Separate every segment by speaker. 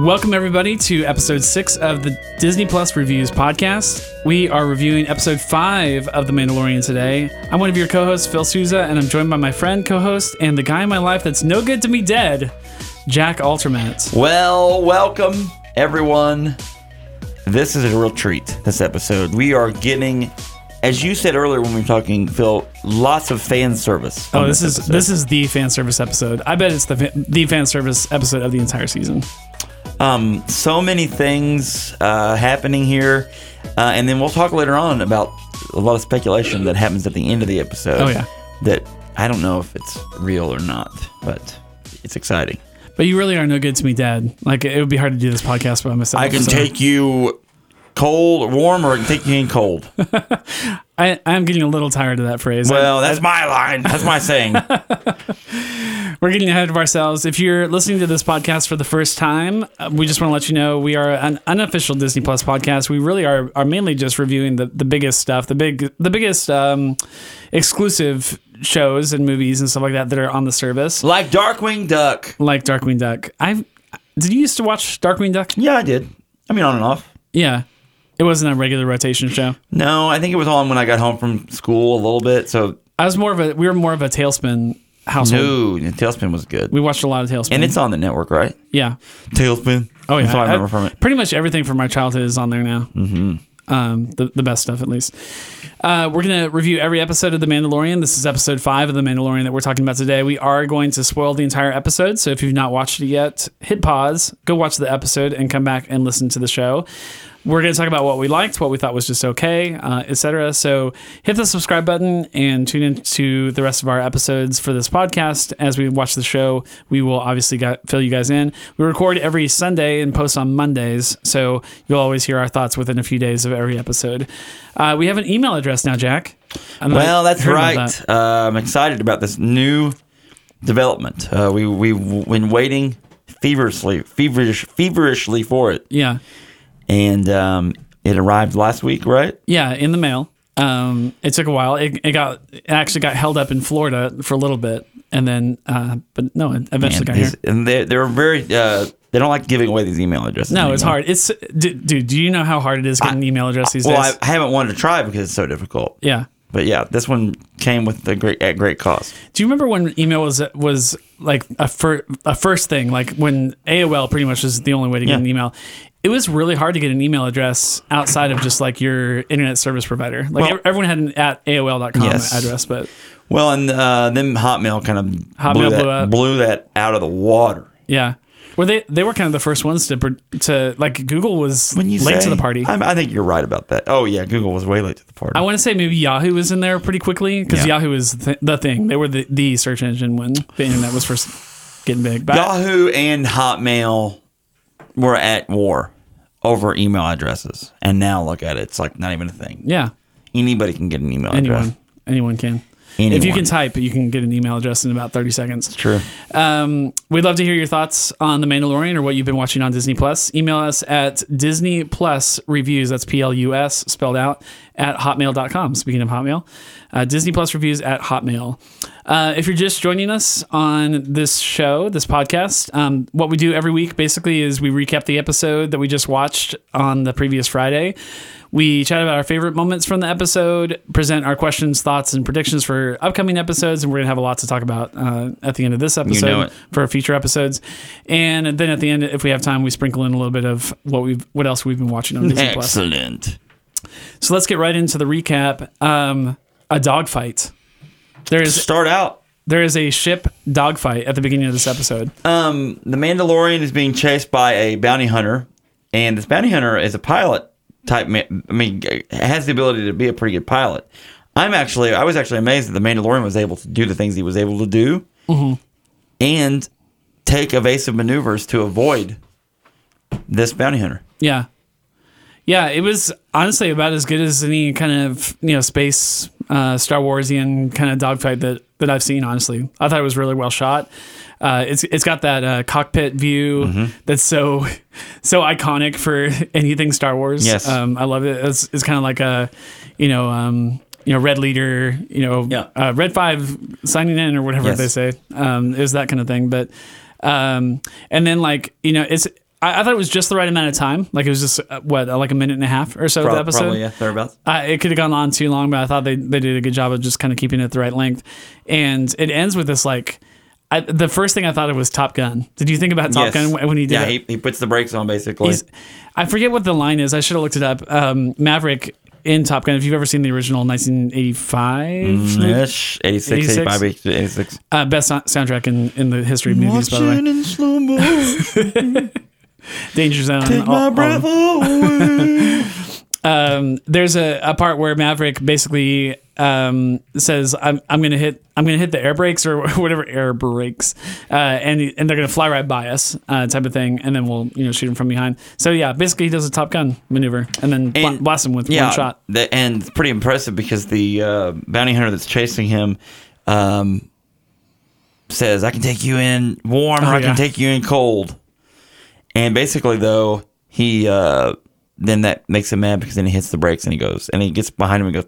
Speaker 1: Welcome, everybody, to episode six of the Disney Plus Reviews podcast. We are reviewing episode five of The Mandalorian today. I'm one of your co hosts, Phil Souza, and I'm joined by my friend, co host, and the guy in my life that's no good to me dead, Jack Altermat.
Speaker 2: Well, welcome everyone. This is a real treat, this episode. We are getting, as you said earlier when we were talking, Phil, lots of fan service. on
Speaker 1: Oh, this is
Speaker 2: episode.
Speaker 1: this is the fan service episode. I bet it's the fa- the fan service episode of the entire season.
Speaker 2: um, so many things uh, happening here. Uh, and then we'll talk later on about a lot of speculation that happens at the end of the episode.
Speaker 1: Oh, yeah.
Speaker 2: That I don't know if it's real or not, but it's exciting.
Speaker 1: But you really are no good to me dead. Like it would be hard to do this podcast by myself.
Speaker 2: I can
Speaker 1: so-
Speaker 2: take you cold or warm, or I can take you in cold.
Speaker 1: I, I'm getting a little tired of that phrase. I-
Speaker 2: well, that's my line. That's my saying.
Speaker 1: We're getting ahead of ourselves. If you're listening to this podcast for the first time, uh, we just want to let you know we are an unofficial Disney Plus podcast. We really are are mainly just reviewing the, the biggest stuff, the big the biggest um, exclusive shows and movies and stuff like that that are on the service,
Speaker 2: Like Darkwing Duck.
Speaker 1: like Darkwing Duck. I did you used to watch Darkwing Duck?
Speaker 2: Yeah, I did. I mean, on and off.
Speaker 1: Yeah, it wasn't a regular rotation show.
Speaker 2: No, I think it was on when I got home from school a little bit. So,
Speaker 1: I was more of a we were more of a Tailspin household.
Speaker 2: dude, and Tailspin was good.
Speaker 1: We watched a lot of Tailspin.
Speaker 2: and it's on the network, right?
Speaker 1: yeah,
Speaker 2: Tailspin.
Speaker 1: Oh yeah,
Speaker 2: That's all I
Speaker 1: I-
Speaker 2: remember from it.
Speaker 1: Pretty much everything from my childhood is on there now. Mm-hmm. Um, the the best stuff, at least. Uh, we're gonna review every episode of The Mandalorian. This is episode five of The Mandalorian that we're talking about today. We are going to spoil the entire episode, so if you've not watched it yet, hit pause, go watch the episode, and come back and listen to the show. We're going to talk about what we liked, what we thought was just okay, uh, etc. So hit the subscribe button and tune in to the rest of our episodes for this podcast. As we watch the show, we will obviously got, fill you guys in. We record every Sunday and post on Mondays, so you'll always hear our thoughts within a few days of every episode. Uh, we have an email address now, Jack. I'm not
Speaker 2: Well, that's
Speaker 1: sure about
Speaker 2: right.
Speaker 1: that.
Speaker 2: Uh, I'm excited about this new development. Uh, we we've been waiting feverishly, feverish, feverishly for it,
Speaker 1: Yeah,
Speaker 2: and um, it arrived last week, right?
Speaker 1: yeah, in the mail. Um, it took a while. It, it got it actually got held up in Florida for a little bit, and then uh, but no, it eventually
Speaker 2: And,
Speaker 1: got here.
Speaker 2: these- and they they're very uh, they don't like giving away these email addresses.
Speaker 1: No, it's
Speaker 2: anymore.
Speaker 1: hard. It's d- dude. Do you know how hard it is getting an email address these
Speaker 2: Well,
Speaker 1: days?
Speaker 2: I, I haven't wanted to try because it's so difficult.
Speaker 1: yeah.
Speaker 2: But yeah, this one came with a great at great cost.
Speaker 1: Do you remember when email was was like a fir- a first thing? Like when AOL pretty much was the only way to get
Speaker 2: Yeah.
Speaker 1: an email. It was really hard to get an email address outside of just like your internet service provider. Like
Speaker 2: Well-
Speaker 1: ev- everyone had an at AOL.com
Speaker 2: Yes.
Speaker 1: address, but
Speaker 2: Well, and uh, then Hotmail kind of
Speaker 1: Hotmail
Speaker 2: blew, that,
Speaker 1: blew up.
Speaker 2: blew that out of the water.
Speaker 1: yeah. Well, they they were kind of the first ones to pr- to like Google was
Speaker 2: When you
Speaker 1: late
Speaker 2: say-
Speaker 1: to the party.
Speaker 2: I, I think you're right about that. Oh yeah, Google was way late to the party.
Speaker 1: I want to say maybe Yahoo was in there pretty quickly because
Speaker 2: Yeah.
Speaker 1: Yahoo was th- the thing. They were the, the search engine when the internet was first getting big. But
Speaker 2: Yahoo and Hotmail were at war over email addresses, and now look at it; it's like not even a thing.
Speaker 1: yeah,
Speaker 2: Anybody can get an email address.
Speaker 1: anyone, anyone can. If you
Speaker 2: Anyone.
Speaker 1: can type, you can get an email address in about thirty seconds.
Speaker 2: True.
Speaker 1: Um, we'd love to hear your thoughts on The Mandalorian or what you've been watching on Disney Plus. Email us at Disney Plus Reviews, that's P L U S spelled out, at hotmail.com. Speaking of Hotmail, uh, Disney Plus Reviews at Hotmail. Uh, if you're just joining us on this show, this podcast, um, what we do every week basically is we recap the episode that we just watched on the previous Friday. We chat about our favorite moments from the episode, present our questions, thoughts, and predictions for upcoming episodes, and we're going to have a lot to talk about uh, at the end of this episode
Speaker 2: know
Speaker 1: episode
Speaker 2: it.
Speaker 1: for future episodes. And then at the end, if we have time, we sprinkle in a little bit of what we've what else we've been watching on Disney Plus.
Speaker 2: Excellent.
Speaker 1: So let's get right into the recap. Um, a dogfight. There is
Speaker 2: Start out.
Speaker 1: there is a ship dogfight at the beginning of this episode.
Speaker 2: Um, the Mandalorian is being chased by a bounty hunter, and this bounty hunter is a pilot type. ma- I mean, g- has the ability to be a pretty good pilot. I'm actually, I was actually amazed that the Mandalorian was able to do the things he was able to do,
Speaker 1: Mm-hmm.
Speaker 2: and take evasive maneuvers to avoid this bounty hunter.
Speaker 1: Yeah, yeah. It was honestly about as good as any kind of you know space uh, Star Warsian kind of dogfight that that I've seen. Honestly, I thought it was really well shot. Uh, it's it's got that uh, cockpit view
Speaker 2: Mm-hmm.
Speaker 1: that's so so iconic for anything Star Wars.
Speaker 2: Yes.
Speaker 1: um, I love it. It's, it's kind of like a you know um, you know red leader you know
Speaker 2: Yeah.
Speaker 1: uh, red five signing in or whatever
Speaker 2: Yes.
Speaker 1: they say. Um, it was that kind of thing, but um, and then like you know it's. I, I thought it was just the right amount of time. Like it was just uh, what, uh, like a minute and a half or so of
Speaker 2: Prob-
Speaker 1: the episode.
Speaker 2: Probably, yeah, thereabouts.
Speaker 1: Uh, it could have gone on too long, but I thought they, they did a good job of just kind of keeping it the right length. And it ends with this like, I, the first thing I thought of was Top Gun. Did you think about Top
Speaker 2: Yes.
Speaker 1: Gun Oh, when- when he did
Speaker 2: Yeah,
Speaker 1: it?
Speaker 2: he, he puts the brakes on basically.
Speaker 1: He's- I forget what the line is. I should have looked it up. Um, Maverick in Top Gun. If you've ever seen the original 1985,
Speaker 2: Mm. Ish, 86,
Speaker 1: 86.
Speaker 2: 85, 86.
Speaker 1: uh, best sou- soundtrack in, in the history of movies. By the way,
Speaker 2: in slow mo,
Speaker 1: Danger Zone. all- all of them.
Speaker 2: away.
Speaker 1: um, there's a, a part where Maverick basically um, says, "I'm I'm gonna hit I'm gonna hit the air brakes or whatever air brakes, uh, and and they're gonna fly right by us, uh, type of thing, and then we'll you know shoot him from behind." So yeah, basically he does a Top Gun maneuver and then bla-
Speaker 2: And-
Speaker 1: blast him with
Speaker 2: yeah,
Speaker 1: one shot.
Speaker 2: The, and it's pretty impressive because the uh, bounty hunter that's chasing him um, says, "I can take you in warm, or
Speaker 1: Oh,
Speaker 2: I
Speaker 1: yeah.
Speaker 2: can take you in cold." And basically, though, he uh, then that makes him mad because then he hits the brakes and he goes and he gets behind him and goes,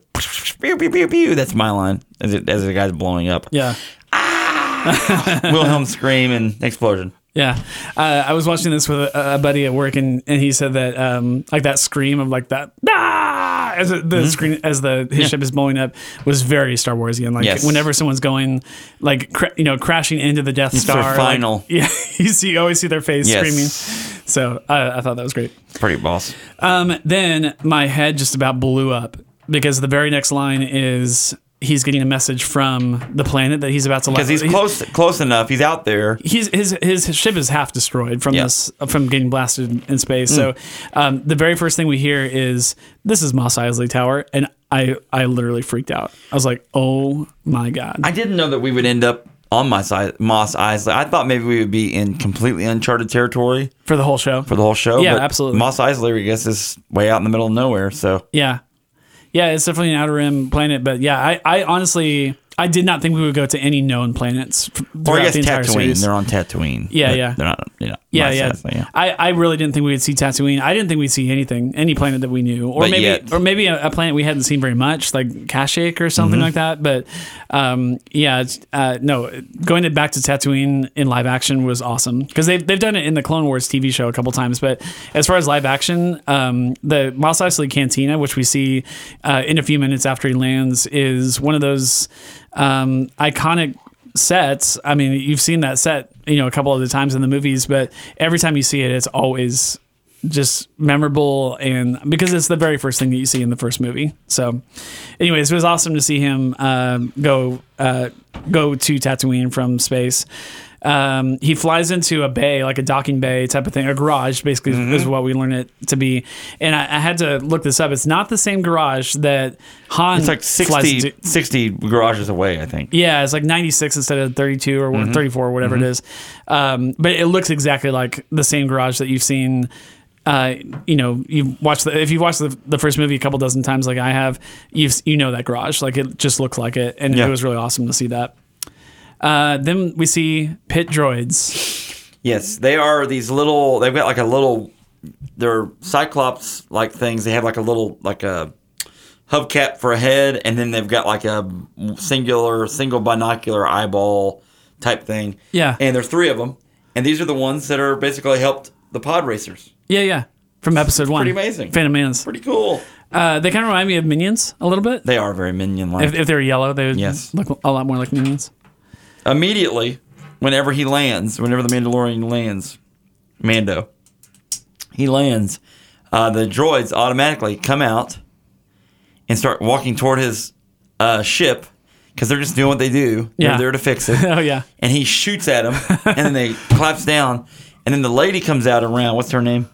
Speaker 2: "Pew pew pew pew." That's my line as, it, as the guy's blowing up.
Speaker 1: Yeah.
Speaker 2: Wilhelm scream and explosion.
Speaker 1: Yeah, uh, I was watching this with a, a buddy at work, and, and he said that um, like that scream of like that ah! as the
Speaker 2: Mm-hmm.
Speaker 1: screen as the his ship is blowing up was very Star Warsian. Like
Speaker 2: Yes.
Speaker 1: whenever someone's going like cra- you know crashing into the Death
Speaker 2: their
Speaker 1: Star, like-
Speaker 2: final.
Speaker 1: yeah, you see you always see their face
Speaker 2: Yes.
Speaker 1: screaming. So I I thought that was great.
Speaker 2: Pretty boss.
Speaker 1: Um, then my head just about blew up because the very next line is he's getting a message from the planet that he's about to
Speaker 2: Because he's close, close enough. He's out there.
Speaker 1: he's his his ship is half destroyed from
Speaker 2: Yeah. Mm.
Speaker 1: this from getting blasted in space. So um, the very first thing we hear is this is Moss Eisley Tower, and I I literally freaked out. I was like, oh my god.
Speaker 2: I didn't know that we would end up on my side, Moss Isley. I thought maybe we would be in completely uncharted territory
Speaker 1: for the whole show.
Speaker 2: for the whole show.
Speaker 1: Yeah,
Speaker 2: but
Speaker 1: absolutely.
Speaker 2: Moss Isley, I guess, is way out in the middle of nowhere. So
Speaker 1: yeah, yeah, it's definitely an outer rim planet, but yeah, I I honestly I did not think we would go to any known planets. f-
Speaker 2: or I
Speaker 1: throughout
Speaker 2: guess
Speaker 1: the entire
Speaker 2: Tatooine.
Speaker 1: series.
Speaker 2: They're on Tatooine.
Speaker 1: Yeah,
Speaker 2: but
Speaker 1: yeah.
Speaker 2: They're not. You know,
Speaker 1: Yeah,
Speaker 2: Mos
Speaker 1: yeah.
Speaker 2: Eisley, yeah.
Speaker 1: I, I really didn't think we would see Tatooine. I didn't think we'd see anything, any planet that we knew, or
Speaker 2: But
Speaker 1: maybe,
Speaker 2: yet-
Speaker 1: or maybe a, a planet we hadn't seen very much, like Kashyyyk or something like that. But um, yeah, it's, uh, no, going to, back to Tatooine in live action was awesome because they've they've done it in the Clone Wars TV show a couple times. But as far as live action, um, the Mos Eisley Cantina, which we see uh, in a few minutes after he lands, is one of those um, iconic sets. I mean, you've seen that set, you know, a couple of the times in the movies, but every time you see it, it's always just memorable and because it's the very first thing that you see in the first movie. So, anyways, it was awesome to see him um, go uh, go to Tatooine from space. Um, he flies into a bay, like a docking bay type of thing, a garage basically
Speaker 2: Mm-hmm.
Speaker 1: is what we learn it to be. And I, I had to look this up. It's not the same garage that Han
Speaker 2: It's like
Speaker 1: flies
Speaker 2: 60,
Speaker 1: into.
Speaker 2: 60 garages away, I think.
Speaker 1: Yeah, it's like 96 instead of 32 or
Speaker 2: Mm-hmm.
Speaker 1: 34 or whatever it is. Um, but it looks exactly like the same garage that you've seen. Uh, you know, you watch the if you watch the, the first movie a couple dozen times, like I have, you have you know that garage, like it just looks like it, and
Speaker 2: Yeah.
Speaker 1: it was really awesome to see that. Uh, then we see pit droids.
Speaker 2: Yes, they are these little. They've got like a little. They're cyclops like things. They have like a little like a hubcap for a head, and then they've got like a singular single binocular eyeball type thing.
Speaker 1: Yeah.
Speaker 2: and there's three of them, and these are the ones that are basically helped the pod racers.
Speaker 1: Yeah, yeah, from episode one.
Speaker 2: amazing.
Speaker 1: Phantom Menace.
Speaker 2: Pretty cool.
Speaker 1: Uh, they kind of remind me of Minions a little bit.
Speaker 2: They are very minion like.
Speaker 1: If, if they were yellow, they would
Speaker 2: Yes.
Speaker 1: look a lot more like Minions.
Speaker 2: immediately whenever he lands, whenever the Mandalorian lands, Mando, he lands, uh, the droids automatically come out and start walking toward his uh, ship because they're just doing what they do.
Speaker 1: Yeah.
Speaker 2: They're there to fix it.
Speaker 1: Oh yeah,
Speaker 2: and he shoots at him, and then they collapse down, and then the lady comes out around. What's her name?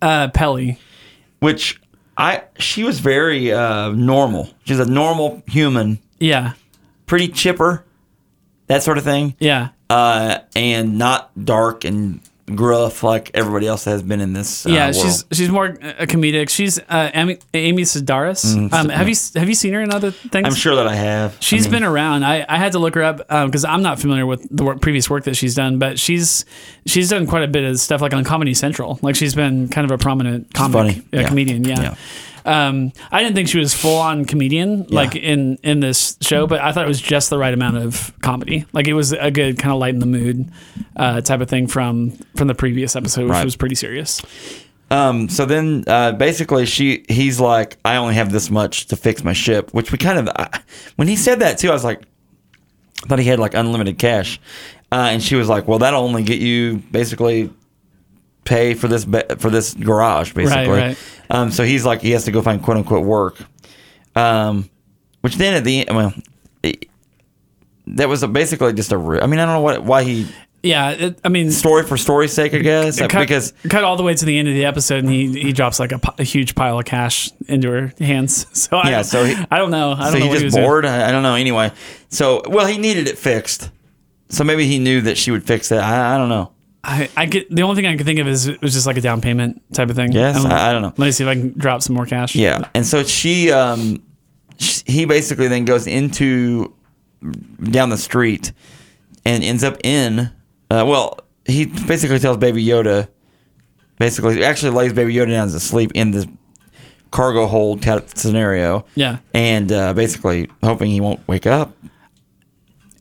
Speaker 1: uh, Pelly.
Speaker 2: Which I she was very uh, normal. She's a normal human,
Speaker 1: Yeah,
Speaker 2: pretty chipper, that sort of thing.
Speaker 1: yeah.
Speaker 2: uh, and not dark and gruff like everybody else has been in this. Uh,
Speaker 1: Yeah,
Speaker 2: world.
Speaker 1: she's she's more uh, comedic. She's uh, Amy, Amy Sedaris. um, have you have you seen her in other things?
Speaker 2: Mm-hmm. I'm sure that I have.
Speaker 1: She's
Speaker 2: She's
Speaker 1: been around. I, I had to look her up because I'm not familiar with the work, previous work that she's done, but she's she's done quite a bit of stuff like on Comedy Central. Like she's been kind of a prominent comic,
Speaker 2: funny.
Speaker 1: uh,
Speaker 2: Yeah.
Speaker 1: comedian. Yeah. Um, I didn't think she was full on comedian like in in this show, but I thought it was just the right amount of comedy. Like it was a good kind of light in the mood uh, type of thing from from the previous episode, which
Speaker 2: Right.
Speaker 1: was pretty serious.
Speaker 2: Um, so then uh, basically she he's like, I only have this much to fix my ship, which we kind of I, when he said that too, I was like, I thought he had like unlimited cash, uh, and she was like, Well, that'll only get you basically pay for this ba- for this garage basically.
Speaker 1: right.
Speaker 2: Um, so he's like, he has to go find quote unquote work, um, which then at the end, well. It, that was a, basically just a. ru- I mean, I don't know what why he
Speaker 1: Yeah, it, I mean,
Speaker 2: story for story's sake. I guess uh,
Speaker 1: cut,
Speaker 2: because
Speaker 1: cut all the way to the end of the episode, and he he drops like a, pi- a huge pile of cash into her hands. So I,
Speaker 2: Yeah, so he-
Speaker 1: I don't know. I don't
Speaker 2: so
Speaker 1: know
Speaker 2: he
Speaker 1: what he was
Speaker 2: just
Speaker 1: doing.
Speaker 2: bored. I, I don't know. Anyway, so well, he needed it fixed. So maybe he knew that she would fix it. I, I don't know.
Speaker 1: I, I get the only thing I could think of is it was just like a down payment type of thing.
Speaker 2: Yes,
Speaker 1: I'm like,
Speaker 2: I- I don't know.
Speaker 1: Let me see if I can drop some more cash.
Speaker 2: Yeah, and so she, um, sh he basically then goes into down the street and ends up in. Uh, well, he basically tells Baby Yoda, basically actually lays Baby Yoda down to sleep in this cargo hold type scenario.
Speaker 1: Yeah.
Speaker 2: and uh, basically hoping he won't wake up.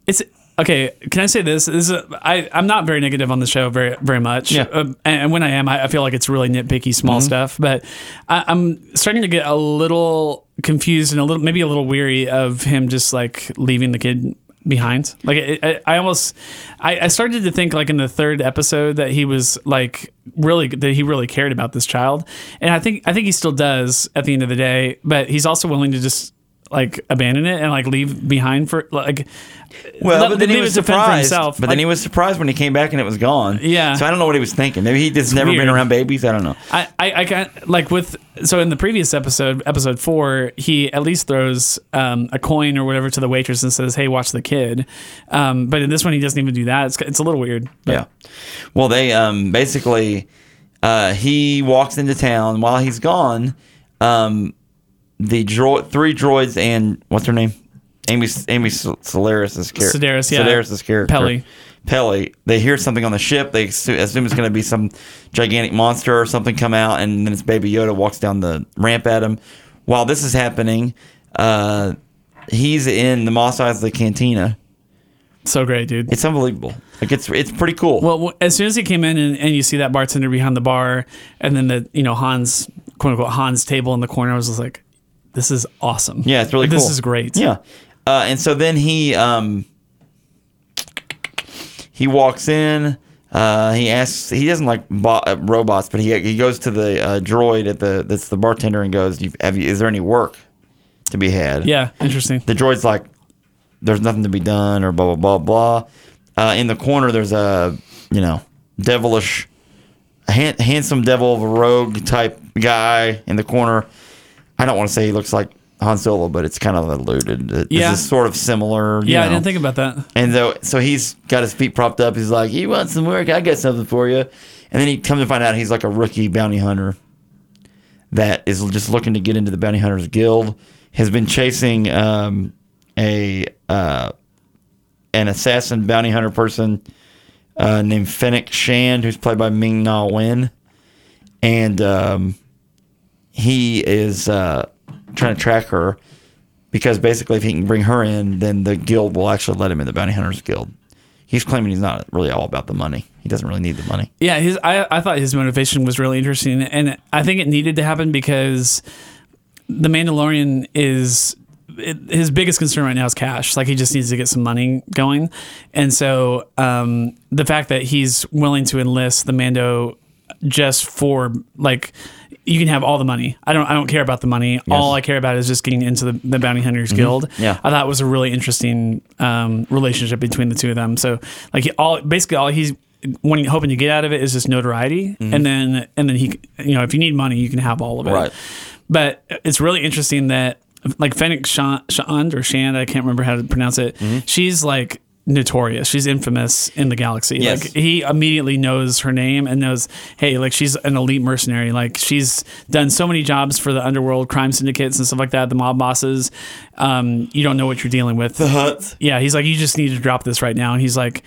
Speaker 1: It's okay. Can I say this? This is a, I I'm not very negative on the show very very much.
Speaker 2: Yeah.
Speaker 1: Um, and, and when I am, I, I feel like it's really nitpicky small stuff. But I, I'm starting to get a little confused and a little maybe a little weary of him just like leaving the kid behind. Like it, I, I almost I, I started to think like in the third episode that he was like really that he really cared about this child, and I think I think he still does at the end of the day. But he's also willing to just like abandon it and like leave behind for like
Speaker 2: Well,
Speaker 1: Let-
Speaker 2: but then he
Speaker 1: leave
Speaker 2: was
Speaker 1: it to fend for
Speaker 2: surprised.
Speaker 1: himself.
Speaker 2: But then
Speaker 1: Like-
Speaker 2: he was surprised when he came back and it was gone.
Speaker 1: Yeah.
Speaker 2: So I don't know what he was thinking. Maybe he just never
Speaker 1: weird.
Speaker 2: been around babies. I don't know.
Speaker 1: I, I, I can't like with so in the previous episode, episode four, he at least throws um, a coin or whatever to the waitress and says, "Hey, watch the kid." Um, but in this one, he doesn't even do that. It's it's a little weird. But
Speaker 2: Yeah. Well, they um basically uh he walks into town while he's gone. Um, the droid, three droids, and what's her name? Amy Amy Solaris's character.
Speaker 1: Sedaris, yeah.
Speaker 2: Sedaris's character.
Speaker 1: Pelly.
Speaker 2: Pelly. They hear something on the ship. They assu- assume it's going to be some gigantic monster or something come out, and then it's Baby Yoda walks down the ramp at him. While this is happening, uh, he's in the Mos Eisley Cantina.
Speaker 1: So great, dude.
Speaker 2: It's unbelievable. Like it's it's pretty cool.
Speaker 1: Well, w- as soon as he came in and, and you see that bartender behind the bar, and then the you know Hans quote unquote Hans table in the corner, I was just like, "This is awesome."
Speaker 2: Yeah, it's really
Speaker 1: This
Speaker 2: cool.
Speaker 1: is great.
Speaker 2: Yeah. Uh, and so then he um, he walks in. Uh, he asks. He doesn't like bo- uh, robots, but he he goes to the uh, droid at the that's the bartender and goes, "You- "Have you, is there any work to be had?"
Speaker 1: yeah, interesting.
Speaker 2: The droid's like, "There's nothing to be done," or blah blah blah blah. Uh, in the corner, there's a you know devilish, han- handsome devil of a rogue type guy in the corner. I don't want to say he looks like Han Solo, but it's kind of alluded. This
Speaker 1: Yeah.
Speaker 2: is sort of similar. you
Speaker 1: yeah, I
Speaker 2: know.
Speaker 1: didn't think about that.
Speaker 2: And so, so he's got his feet propped up. He's like, "You want some work? I got something for you." And then he comes to find out he's like a rookie bounty hunter that is just looking to get into the bounty hunters guild. Has been chasing um, a uh, an assassin bounty hunter person uh, named Fennec Shand, who's played by Ming Na Wen, and um, he is uh, trying to track her because basically if he can bring her in, then the guild will actually let him in the bounty hunters guild. He's claiming he's not really all about the money. He doesn't really need the money.
Speaker 1: Yeah, his I, I thought his motivation was really interesting, and I think it needed to happen because the Mandalorian is it, his biggest concern right now is cash. Like he just needs to get some money going, and so um, the fact that he's willing to enlist the Mando just for like you can have all the money. I don't I don't care about the money. All I care about is just getting into the, the Bounty Hunters Guild.
Speaker 2: Mm-hmm. Yeah.
Speaker 1: I thought it was a really interesting um, relationship between the two of them. So like he, all basically all he's when hoping to get out of it is just notoriety, and then and then he you know if you need money you can have all of it.
Speaker 2: Mm-hmm. Right.
Speaker 1: But it's really interesting that like Fennec Shan- Shand or Shand, I can't remember how to pronounce it.
Speaker 2: Mm-hmm.
Speaker 1: She's like notorious. She's infamous in the galaxy.
Speaker 2: Yes.
Speaker 1: Like he immediately knows her name and knows, hey, like she's an elite mercenary. Like she's done so many jobs for the underworld crime syndicates and stuff like that, the mob bosses. Um, you don't know what you're dealing with.
Speaker 2: Huts.
Speaker 1: yeah, he's like, you just need to drop this right now. And he's like,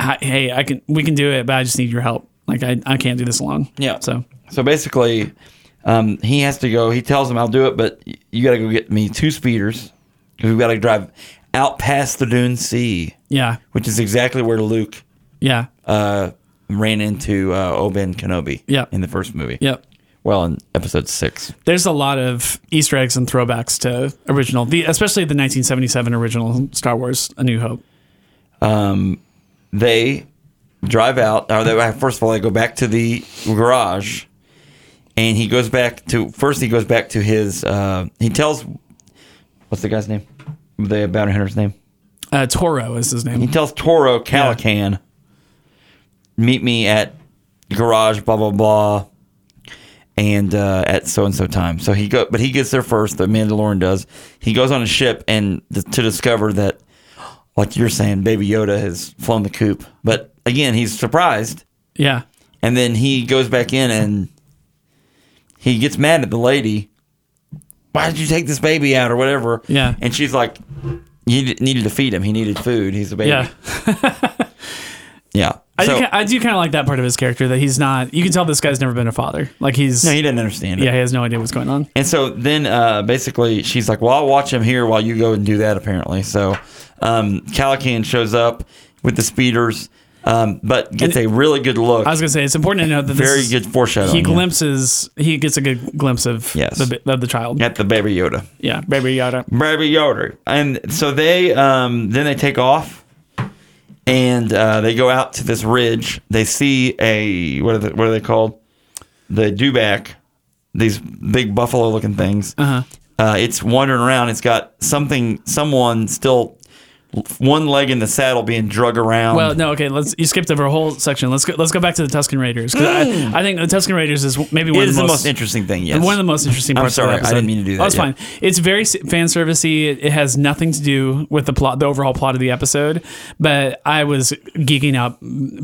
Speaker 1: "Hi- hey, I can we can do it, but I just need your help. Like I, I can't do this alone.
Speaker 2: Yeah.
Speaker 1: So
Speaker 2: So basically, Um, he has to go. He tells him, "I'll do it, but y- you got to go get me two speeders because we've got to drive out past the Dune Sea,
Speaker 1: Yeah.
Speaker 2: which is exactly where Luke
Speaker 1: Yeah.
Speaker 2: uh, ran into uh, Obi Kenobi
Speaker 1: Yeah.
Speaker 2: in the first movie.
Speaker 1: Yep.
Speaker 2: Well, in episode six.
Speaker 1: There's a lot of Easter eggs and throwbacks to original, the, especially the 1977 original Star Wars: A New Hope.
Speaker 2: they drive out. Or they, first of all, they go back to the garage, and he goes back to first. He goes back to his. Uh, he tells, what's the guy's name? The bounty hunter's name.
Speaker 1: Uh, Toro is his
Speaker 2: He
Speaker 1: name.
Speaker 2: tells Toro Calican, meet me at garage, blah blah blah, and uh, at so and so time. So he go, but he gets there first. The Mandalorian does. He goes on a ship and th- to discover that, like you're saying, Baby Yoda has flown the coop. But again, he's surprised,
Speaker 1: Yeah.
Speaker 2: and then he goes back in and he gets mad at the lady. Why did you take this baby out or whatever?
Speaker 1: Yeah.
Speaker 2: and she's like. You d- needed to feed him. He needed food. He's a baby.
Speaker 1: Yeah.
Speaker 2: Yeah.
Speaker 1: I,
Speaker 2: So,
Speaker 1: do, ki- I do kind of like that part of his character that he's not. You can tell this guy's never been a father. Like he's.
Speaker 2: no, he didn't understand it.
Speaker 1: yeah, he has no idea what's going on.
Speaker 2: And so then uh, basically she's like, well, I'll watch him here while you go and do that, apparently. So um, Calican shows up with the speeders, um, but gets a really good look.
Speaker 1: I was gonna say it's important to note that
Speaker 2: very
Speaker 1: this is-
Speaker 2: good foreshadowing.
Speaker 1: He
Speaker 2: yeah,
Speaker 1: glimpses. He gets a good glimpse of
Speaker 2: Yes.
Speaker 1: the bi- of the child.
Speaker 2: At the Baby Yoda.
Speaker 1: Yeah, baby Yoda.
Speaker 2: Baby Yoda. And so they um, then they take off. And uh, they go out to this ridge. They see a what are the, what are they called? The dewback, these big buffalo-looking things.
Speaker 1: Uh huh.
Speaker 2: uh, it's wandering around. It's got something, someone still, one leg in the saddle being drug around.
Speaker 1: Well, no, okay. Let's you skipped over a whole section. Let's go. Let's go back to the Tuscan Raiders. 'cause I, I think the Tuscan Raiders is maybe one
Speaker 2: Mm. it
Speaker 1: of
Speaker 2: is
Speaker 1: the
Speaker 2: the
Speaker 1: most,
Speaker 2: most interesting thing. Yes,
Speaker 1: one of the most interesting
Speaker 2: I'm
Speaker 1: parts.
Speaker 2: sorry,
Speaker 1: of
Speaker 2: I
Speaker 1: the episode.
Speaker 2: didn't mean to do that,
Speaker 1: Oh, it's
Speaker 2: yeah.
Speaker 1: fine. It's very fan servicey. It, it has nothing to do with the plot, the overall plot of the episode. But I was geeking out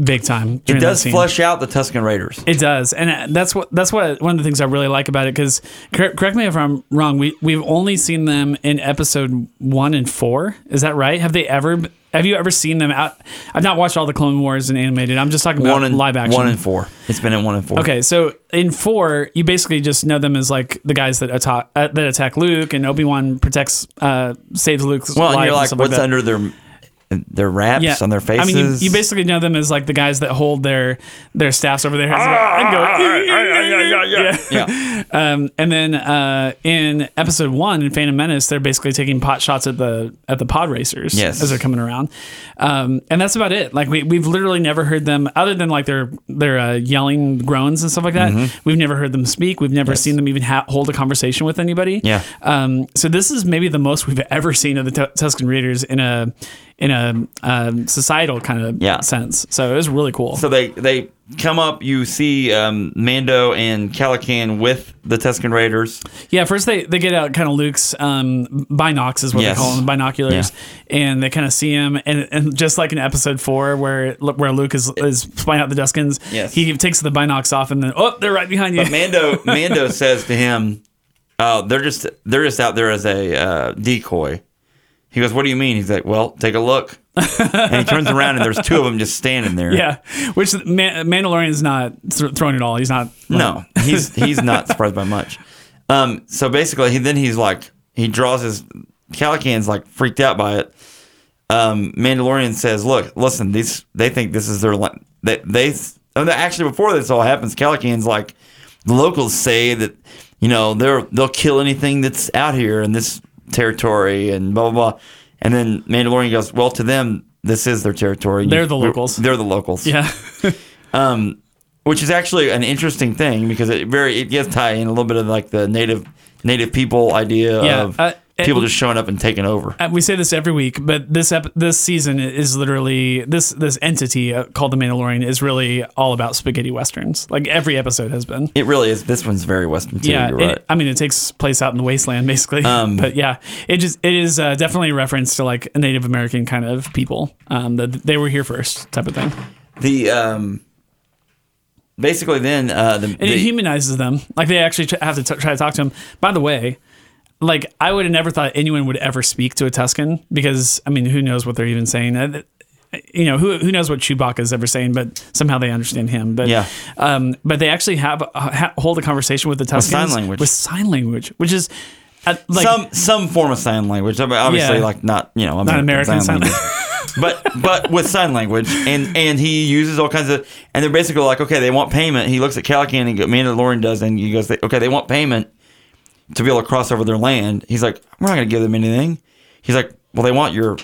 Speaker 1: big time.
Speaker 2: it
Speaker 1: during that
Speaker 2: does
Speaker 1: scene.
Speaker 2: flush out the Tuscan Raiders.
Speaker 1: It does, and uh, that's what that's what one of the things I really like about it. Because cor- correct me if I'm wrong. We we've only seen them in episode one and four. Is that right? Have they ever? b- Have you ever seen them out? I've not watched all the Clone Wars and animated. I'm just talking about
Speaker 2: one and
Speaker 1: live action.
Speaker 2: One and four. It's been in one and four.
Speaker 1: Okay, so in four, you basically just know them as like the guys that attack uh, that attack Luke, and Obi Wan protects, uh, saves Luke's
Speaker 2: Well,
Speaker 1: life.
Speaker 2: and you're like,
Speaker 1: stuff
Speaker 2: what's
Speaker 1: that.
Speaker 2: under their their wraps on their faces?
Speaker 1: I mean, you, you basically know them as like the guys that hold their their staffs over their heads and go, ah, yeah.
Speaker 2: yeah.
Speaker 1: Um, and then uh, in episode one in Phantom Menace, they're basically taking pot shots at the at the pod racers
Speaker 2: Yes.
Speaker 1: as they're coming around, um, and that's about it. Like we we've literally never heard them other than like their their uh, yelling groans and stuff like that.
Speaker 2: Mm-hmm.
Speaker 1: We've never heard them speak. We've never seen them even ha- hold a conversation with anybody.
Speaker 2: Yeah.
Speaker 1: Um, so this is maybe the most we've ever seen of the Tu- Tuscan Raiders in a in a um, societal kind of
Speaker 2: Yeah.
Speaker 1: sense. So it was really cool.
Speaker 2: So they they come up. You see um, Mando and Calican with the Tuscan Raiders.
Speaker 1: Yeah, first they, they get out kind of Luke's um, binocs is what
Speaker 2: Yes.
Speaker 1: they call them, binoculars, and they kind of see him, and, and just like in episode four where where Luke is is spying out the Duskins,
Speaker 2: Yes.
Speaker 1: he takes the binocs off, and then oh, they're right behind you.
Speaker 2: Mando Mando says to him, "Oh, they're just they're just out there as a uh, decoy." He goes, "What do you mean?" He's like, "Well, take a look." and he turns around and there's two of them just standing there.
Speaker 1: yeah, which Man- Mandalorian's not th- throwing it all. He's not.
Speaker 2: No, he's he's not surprised by much. Um, so basically, he then he's like he draws his Calican's like freaked out by it. Um, Mandalorian says, "Look, listen, these they think this is their land. They they oh, no, actually before this all happens, Calican's like the locals say that you know they're they'll kill anything that's out here in this territory and blah blah blah." And then Mandalorian goes, "Well, to them." This is their territory.
Speaker 1: They're the locals."
Speaker 2: They're the locals
Speaker 1: Yeah,
Speaker 2: Um, which is actually an interesting thing because it very it gets tie in a little bit of like the native native people idea
Speaker 1: Yeah,
Speaker 2: of
Speaker 1: uh, it-
Speaker 2: people just showing up and taking over.
Speaker 1: Uh, we say this every week, but this ep- this season is literally this this entity uh, called the Mandalorian is really all about spaghetti westerns. Like every episode has been.
Speaker 2: It really is. This one's very Western too.
Speaker 1: yeah,
Speaker 2: you're
Speaker 1: it-
Speaker 2: right. Um,
Speaker 1: I mean, it takes place out in the wasteland, basically. but yeah, it just it is uh, definitely a reference to like a Native American kind of people um, that they were here first, type of thing.
Speaker 2: the um, basically then uh, the,
Speaker 1: And
Speaker 2: the-
Speaker 1: it humanizes them. Like they actually tr- have to t- try to talk to him. By the way, like I would have never thought anyone would ever speak to a Tuscan because I mean, who knows what they're even saying? Uh, th- you know who who knows what Chewbacca's ever saying, but somehow they understand him. But
Speaker 2: Yeah.
Speaker 1: um, but they actually have ha, hold a conversation with the Tuscans
Speaker 2: language.
Speaker 1: with sign language, which is uh, like
Speaker 2: some some form of sign language. I mean, Obviously,
Speaker 1: Yeah.
Speaker 2: like not you know
Speaker 1: not American sign
Speaker 2: language. but but with sign language, and and he uses all kinds of, and they're basically like, okay, they want payment. He looks at Calican and go- Mandalorian does, and he goes, okay, they want payment to be able to cross over their land. He's like, we're not gonna give them anything. He's like, well, they want your,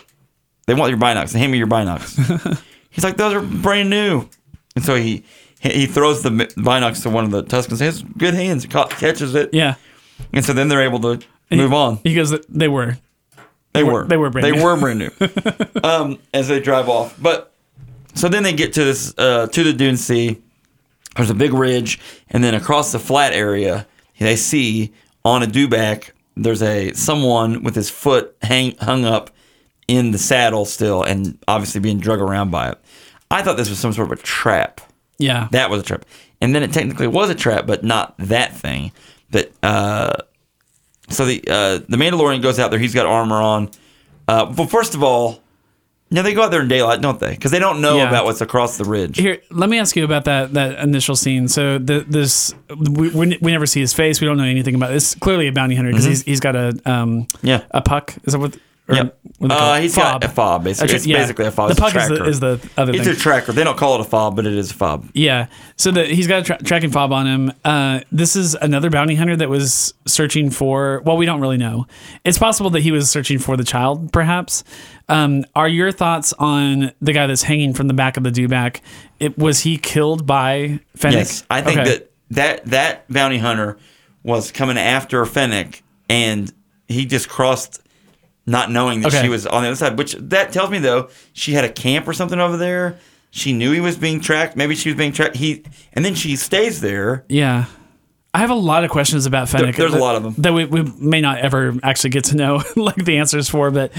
Speaker 2: they want your binocs. Hand me your binocs. He's like, those are brand new, and so he he- he throws the binocs to one of the Tuscans. He has good hands, ca- catches it,
Speaker 1: yeah.
Speaker 2: and so then they're able to move on.
Speaker 1: He goes, they were.
Speaker 2: They
Speaker 1: were-
Speaker 2: were.
Speaker 1: they were brand
Speaker 2: they
Speaker 1: new.
Speaker 2: were brand new. um, as they drive off, but so then they get to this uh, to the Dune Sea. There's a big ridge, and then across the flat area, they see on a dewback there's a someone with his foot hang, hung up in the saddle still, and obviously being drug around by it. I thought this was some sort of a trap.
Speaker 1: Yeah.
Speaker 2: That was a trap. And then it technically was a trap, but not that thing. But uh, so the uh, the Mandalorian goes out there. He's got armor on. Uh, well, first of all, now they go out there in daylight, don't they? Because they don't know
Speaker 1: Yeah.
Speaker 2: about what's across the ridge.
Speaker 1: Here, let me ask you about that that initial scene. So the, this we, we, we never see his face. We don't know anything about this. Clearly a bounty hunter because he's he's got a um
Speaker 2: Mm-hmm. Yeah.
Speaker 1: a puck. Is that what? Or
Speaker 2: Yep.
Speaker 1: what they call
Speaker 2: Uh,
Speaker 1: it?
Speaker 2: he's got a fob. Basically,
Speaker 1: tr-
Speaker 2: it's
Speaker 1: yeah.
Speaker 2: basically a fob.
Speaker 1: The
Speaker 2: It's a
Speaker 1: puck is the,
Speaker 2: tracker.
Speaker 1: is the other
Speaker 2: It's
Speaker 1: thing.
Speaker 2: a tracker. They don't call it a fob, but it is a fob.
Speaker 1: yeah. So the, he's got a tra- tracking fob on him. Uh, this is another bounty hunter that was searching for. Well, we don't really know. It's possible that he was searching for the child, perhaps. Um, are your thoughts on the guy that's hanging from the back of the dewback? It was he killed by Fennec?
Speaker 2: Yes, I think
Speaker 1: Okay.
Speaker 2: that that that bounty hunter was coming after Fennec, and he just crossed, not knowing that
Speaker 1: Okay.
Speaker 2: she was on the other side. Which that tells me though, she had a camp or something over there. She knew he was being tracked. Maybe she was being tracked. He and then she stays there.
Speaker 1: Yeah. I have a lot of questions about Fennec.
Speaker 2: there's a
Speaker 1: that-
Speaker 2: lot of them.
Speaker 1: that we, we may not ever actually get to know like the answers for, but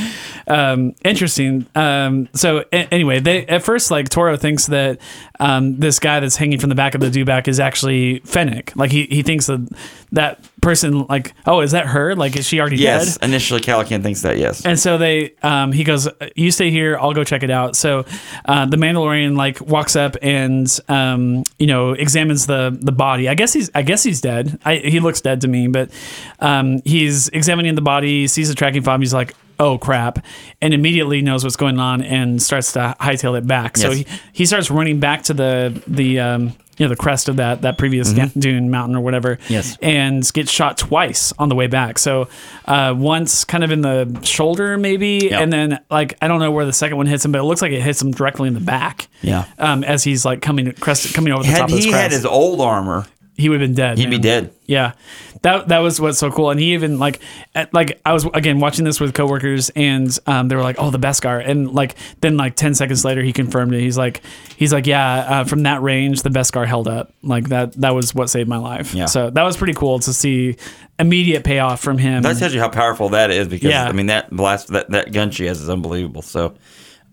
Speaker 1: um, interesting. Um, so a- anyway, they at first like Toro thinks that um, this guy that's hanging from the back of the dewback is actually Fennec. Like he, he thinks that that person like oh is that her? Like is she already
Speaker 2: Yes,
Speaker 1: dead?
Speaker 2: initially Calican thinks that. Yes,
Speaker 1: And so they, um, he goes, you stay here, I'll go check it out. So uh, the Mandalorian like walks up and um, you know examines the the body. I guess he's I guess he's dead. I, he looks dead to me, but um, he's examining the body, sees the tracking fob, he's like. Oh crap! And immediately knows what's going on and starts to hightail it back. So
Speaker 2: Yes.
Speaker 1: he, he starts running back to the the um, you know the crest of that that previous dune mountain or whatever
Speaker 2: Mm-hmm. Yes.
Speaker 1: and gets shot twice on the way back. So uh, once kind of in the shoulder, maybe, and then like I don't know where the second one hits him, but it looks like it hits him directly in the back.
Speaker 2: Yeah.
Speaker 1: Um, as he's like coming crest, coming over the
Speaker 2: had
Speaker 1: top of his
Speaker 2: he
Speaker 1: crest,
Speaker 2: had his old armor,
Speaker 1: he would have been dead.
Speaker 2: he'd be dead.
Speaker 1: Yeah, that that was what's so cool. And he even like at, like I was again watching this with coworkers, and um, they were like, "Oh, the Beskar," and like then like ten seconds later, he confirmed it. He's like, he's like, yeah, uh, from that range, the Beskar held up. Like that that was what saved my life.
Speaker 2: Yeah.
Speaker 1: So that was pretty cool to see immediate payoff from him.
Speaker 2: That tells you how powerful that is because
Speaker 1: Yeah.
Speaker 2: I mean that blast that, that gun she has is unbelievable. So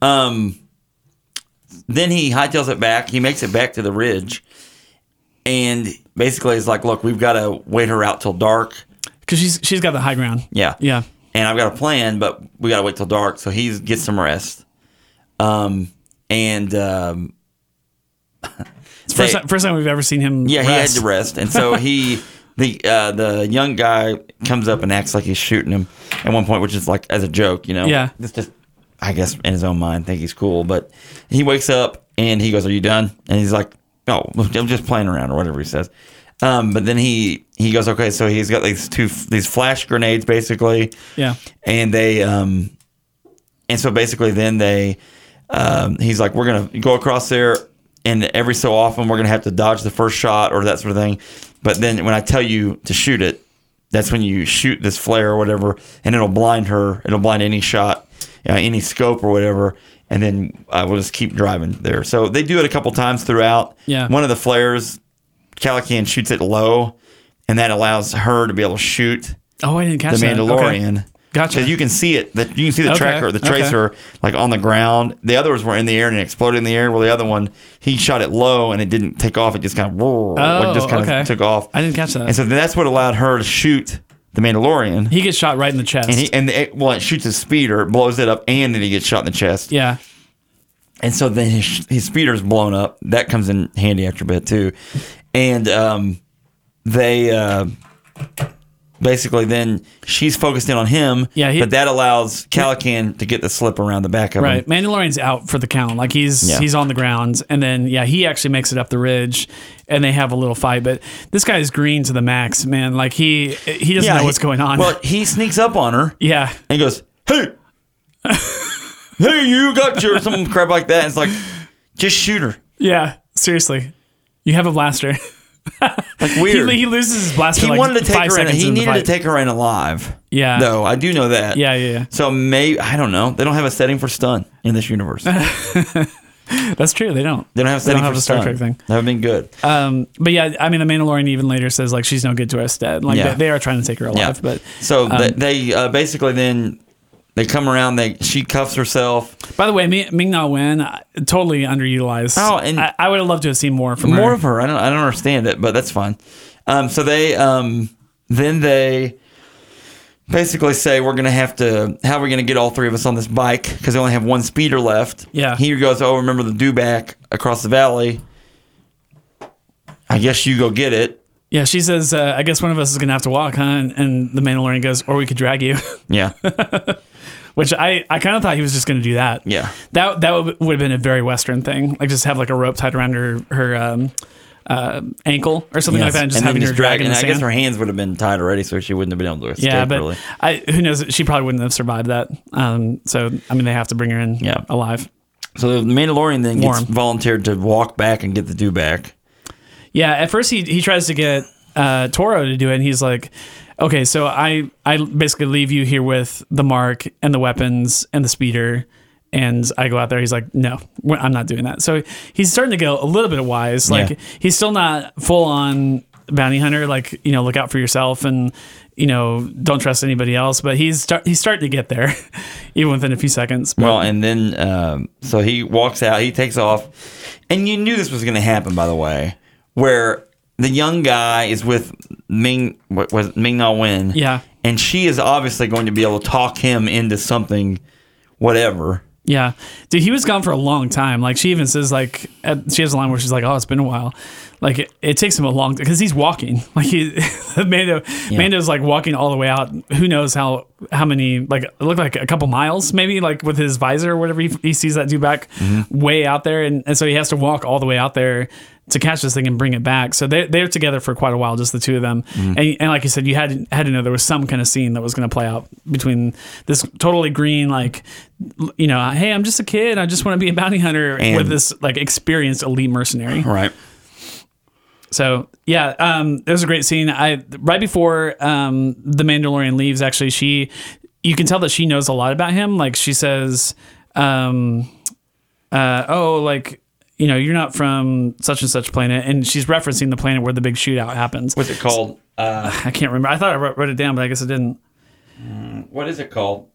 Speaker 2: um then he hightails it back, he makes it back to the ridge and basically is like, Look, we've gotta wait her out till dark.
Speaker 1: because she's she's got the high ground.
Speaker 2: Yeah.
Speaker 1: Yeah.
Speaker 2: And I've got a plan, but we gotta wait till dark. So he gets some rest. Um and um
Speaker 1: It's first
Speaker 2: They-
Speaker 1: time, first time we've ever seen him.
Speaker 2: Yeah, he had
Speaker 1: rest.
Speaker 2: to rest, and so he the uh, the young guy comes up and acts like he's shooting him at one point, which is like as a joke, you know.
Speaker 1: Yeah.
Speaker 2: it's just I guess in his own mind, think he's cool, but he wakes up and he goes, "Are you done?" And he's like, "No, I'm just playing around," or whatever he says. Um, but then he he goes, "Okay," so he's got these two these flash grenades basically
Speaker 1: Yeah.
Speaker 2: and they um and so basically then they um he's like we're gonna go across there and every so often we're gonna have to dodge the first shot or that sort of thing but then when i tell you to shoot it that's when you shoot this flare or whatever and it'll blind her it'll blind any shot uh, any scope or whatever and then uh, we'll just keep driving there so they do it a couple times throughout
Speaker 1: Yeah.
Speaker 2: one of the flares calican shoots it low and that allows her to be able to shoot
Speaker 1: Oh, I didn't catch
Speaker 2: the
Speaker 1: that. Okay.
Speaker 2: Mandalorian.
Speaker 1: Gotcha.
Speaker 2: 'Cause you can see it. That you can see the
Speaker 1: Okay,
Speaker 2: tracker, the
Speaker 1: okay.
Speaker 2: tracer, like on the ground. The others were in the air and it exploded in the air. Well, the other one, he shot it low and it didn't take off. It just kind of, like just kind
Speaker 1: Oh, okay.
Speaker 2: of took off.
Speaker 1: I didn't catch that.
Speaker 2: And so that's what allowed her to shoot the Mandalorian.
Speaker 1: He gets shot right in the chest.
Speaker 2: and he, and it, well, it shoots his speeder, blows it up, and then he gets shot in the chest.
Speaker 1: yeah.
Speaker 2: And so then his, his speeder's blown up. That comes in handy after a bit too. And um, they uh, basically then she's focused in on him.
Speaker 1: Yeah, he-
Speaker 2: but that allows Calican to get the slip around the back of
Speaker 1: Right.
Speaker 2: him.
Speaker 1: Mandalorian's out for the count. Like he's
Speaker 2: Yeah.
Speaker 1: he's on the ground. And then yeah, he actually makes it up the ridge and they have a little fight. But this guy is green to the max, man. Like he he doesn't know
Speaker 2: he-
Speaker 1: what's going on.
Speaker 2: Well, he sneaks up on her
Speaker 1: yeah.
Speaker 2: and goes, "Hey, hey, you got your some crap like that." And it's like, just shoot her.
Speaker 1: Yeah. Seriously. You have a blaster.
Speaker 2: Like
Speaker 1: he,
Speaker 2: weird.
Speaker 1: he loses his blaster.
Speaker 2: he
Speaker 1: like
Speaker 2: wanted to take
Speaker 1: five
Speaker 2: her in.
Speaker 1: seconds
Speaker 2: He
Speaker 1: into the
Speaker 2: needed
Speaker 1: fight.
Speaker 2: to take her in alive.
Speaker 1: Yeah.
Speaker 2: Though I do know that.
Speaker 1: Yeah, yeah,
Speaker 2: So maybe I don't know. They don't have a setting for stun in this universe. They
Speaker 1: yeah. That's true. They don't.
Speaker 2: don't have a
Speaker 1: They
Speaker 2: setting
Speaker 1: don't have
Speaker 2: for
Speaker 1: a Star
Speaker 2: stun.
Speaker 1: Trek thing.
Speaker 2: That would have been good.
Speaker 1: Um, but yeah, I mean, the Mandalorian even later says like she's no good to us dead. Like
Speaker 2: Yeah.
Speaker 1: they, they are trying to take her alive,
Speaker 2: yeah.
Speaker 1: but um,
Speaker 2: so th- they uh, basically then they come around. They she cuffs herself.
Speaker 1: By the way, Ming Na Wen, uh, totally underutilized.
Speaker 2: Oh, and-
Speaker 1: I, I would have loved to have seen more from
Speaker 2: More
Speaker 1: her.
Speaker 2: of her. I don't. I don't understand it, but that's fine. Um, so they um, then they basically say we're gonna have to. How are we gonna get all three of us on this bike? Because they only have one speeder left.
Speaker 1: Yeah.
Speaker 2: He goes. Oh, remember the do back across the valley. I guess you go get it.
Speaker 1: Yeah, she says, uh, "I guess one of us is gonna have to walk, huh?" And, and the Mandalorian goes, "Or we could drag you,"
Speaker 2: Yeah.
Speaker 1: which I, I kind of thought he was just gonna do that.
Speaker 2: Yeah.
Speaker 1: that that would would have been a very Western thing, like just have like a rope tied around her her um, uh, ankle or something like
Speaker 2: Yes.
Speaker 1: that, and just
Speaker 2: And then
Speaker 1: having her drag in
Speaker 2: and
Speaker 1: the
Speaker 2: I
Speaker 1: sand.
Speaker 2: guess her hands would have been tied already, so she wouldn't have been able to escape.
Speaker 1: yeah, but
Speaker 2: really.
Speaker 1: I, who knows? She probably wouldn't have survived that. Um, so I mean, they have to bring her in
Speaker 2: Yeah.
Speaker 1: alive.
Speaker 2: So the Mandalorian then
Speaker 1: Warm.
Speaker 2: gets volunteered to walk back and get the do back.
Speaker 1: Yeah, at first he he tries to get uh, Toro to do it, and he's like, "Okay, so I I basically leave you here with the mark and the weapons and the speeder." And I go out there. He's like, "No, we're- I'm not doing that." So he's starting to go a little bit wise. Like
Speaker 2: Yeah.
Speaker 1: he's still not full on bounty hunter. Like you know, look out for yourself and you know don't trust anybody else. But he's start, he's starting to get there, even within a few seconds. But
Speaker 2: Well, and then um, so he walks out, he takes off, and you knew this was going to happen, by the way, where the young guy is with Ming what was it, Ming Na Wen,
Speaker 1: Yeah.
Speaker 2: and she is obviously going to be able to talk him into something, whatever.
Speaker 1: Yeah, dude, he was gone for a long time. Like she even says, like at, she has a line where she's like, "Oh, it's been a while." Like it, it takes him a long because he's walking. Like he, Mando, Mando's like walking all the way out. Who knows how how many? Like it looked like a couple miles, maybe like with his visor or whatever. He, he sees that dude back way out there, and, and so he has to walk all the way out there to catch this thing and bring it back. So they they're together for quite a while, just the two of them. And, and like you said, you had had to know there was some kind of scene that was going to play out between this totally green like l- you know, hey, I'm just a kid. I just want to be a bounty hunter
Speaker 2: And-
Speaker 1: with this like experienced elite mercenary.
Speaker 2: Right.
Speaker 1: So yeah, um, it was a great scene. I right before um, the Mandalorian leaves, actually, she you can tell that she knows a lot about him. Like she says, um, uh, "Oh, like." You know, you're not from such and such planet, and she's referencing the planet where the big shootout happens.
Speaker 2: What's it called? Uh,
Speaker 1: I can't remember. I thought I wrote wrote it down, but I guess I didn't.
Speaker 2: what is it called?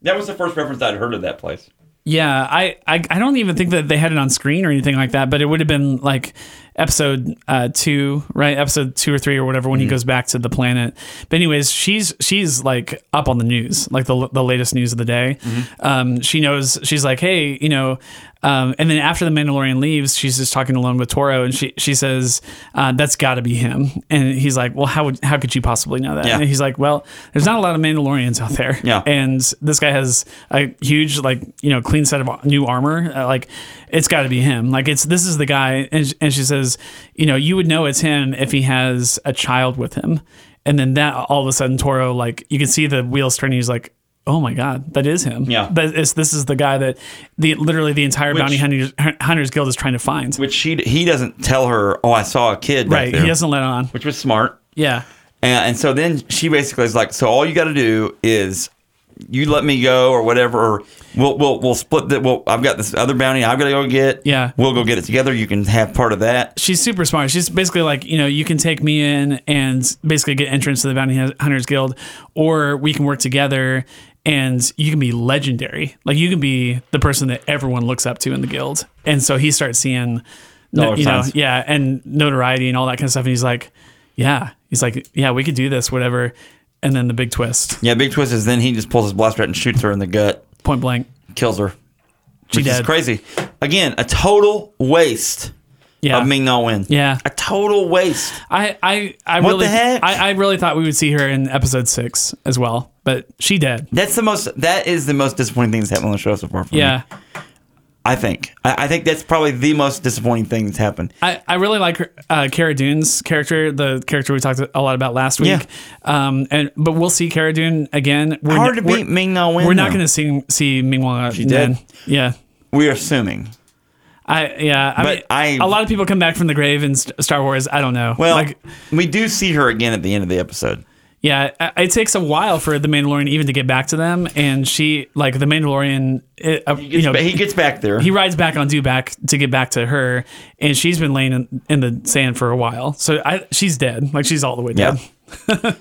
Speaker 2: That was the first reference I'd heard of that place.
Speaker 1: Yeah, I, I I don't even think that they had it on screen or anything like that, but it would have been like episode uh, two, right? Episode two or three or whatever
Speaker 2: Mm.
Speaker 1: when he goes back to the planet. But anyways, she's she's like up on the news, like the the latest news of the day.
Speaker 2: Mm-hmm.
Speaker 1: Um, she knows she's like, hey, you know. Um, and then after the Mandalorian leaves, she's just talking alone with Toro, and she she says, uh, "That's got to be him." And he's like, "Well, how would how could you possibly know that?"
Speaker 2: Yeah.
Speaker 1: And he's like, "Well, there's not a lot of Mandalorians out there."
Speaker 2: Yeah.
Speaker 1: and this guy has a huge like you know clean set of new armor uh, like it's got to be him like it's this is the guy and, sh- and she says you know you would know it's him if he has a child with him and then that all of a sudden toro like you can see the wheels turning he's like oh my god that is him
Speaker 2: Yeah.
Speaker 1: that is, this is the guy that the literally the entire bounty hunters, hunters guild is trying to find
Speaker 2: Which she he doesn't tell her. Oh, I saw a kid. back
Speaker 1: right
Speaker 2: there,"
Speaker 1: he doesn't let on
Speaker 2: which was smart.
Speaker 1: yeah
Speaker 2: And, and so then she basically is like, so all you got to do is you let me go or whatever, or we'll we'll we'll split the. Well, I've got this other bounty I've got to go get.
Speaker 1: Yeah.
Speaker 2: we'll go get it together. You can have part of that.
Speaker 1: she's super smart. She's basically like, you know, you can take me in and basically get entrance to the Bounty Hunters Guild, or we can work together and you can be legendary. Like you can be the person that everyone looks up to in the guild. And so he starts seeing,
Speaker 2: Dollar
Speaker 1: you know,
Speaker 2: signs.
Speaker 1: yeah, and notoriety and all that kind of stuff. And he's like, yeah, he's like, yeah, we could do this, whatever. And then the big twist,
Speaker 2: Yeah, big twist is then he just pulls his blaster out and shoots her in the gut,
Speaker 1: point blank.
Speaker 2: kills her.
Speaker 1: She
Speaker 2: which is
Speaker 1: did.
Speaker 2: crazy. Again, a total waste
Speaker 1: Yeah.
Speaker 2: of Ming Na Wen.
Speaker 1: Yeah.
Speaker 2: a total waste.
Speaker 1: I, I, I
Speaker 2: What
Speaker 1: really,
Speaker 2: the heck?
Speaker 1: I, I really thought we would see her in episode six as well, but she did.
Speaker 2: That's the most. That is the most disappointing thing that's happened on the show so far. For me.
Speaker 1: Yeah.
Speaker 2: I think. I, I think that's probably the most disappointing thing that's happened.
Speaker 1: I, I really like her- uh, Cara Dune's character, the character we talked a lot about last week.
Speaker 2: Yeah.
Speaker 1: Um, and but we'll see Cara Dune again. We're
Speaker 2: Hard
Speaker 1: n-
Speaker 2: to
Speaker 1: we're-
Speaker 2: beat Ming Na Wen.
Speaker 1: We're not
Speaker 2: though.
Speaker 1: going to see see Mingwa. She
Speaker 2: did.
Speaker 1: Yeah.
Speaker 2: We're assuming.
Speaker 1: I yeah. I
Speaker 2: But
Speaker 1: mean,
Speaker 2: I-
Speaker 1: a lot of people come back from the grave in St- Star Wars. I don't know.
Speaker 2: Well,
Speaker 1: like
Speaker 2: we do see her again at the end of the episode.
Speaker 1: yeah, I- it takes a while for the Mandalorian even to get back to them, and she like the Mandalorian. It, uh, you
Speaker 2: Gets
Speaker 1: know,
Speaker 2: ba- he gets back there.
Speaker 1: he rides back on Dewback to get back to her, and she's been laying in, in the sand for a while. So I, she's dead. Like she's all the way
Speaker 2: yeah,
Speaker 1: dead.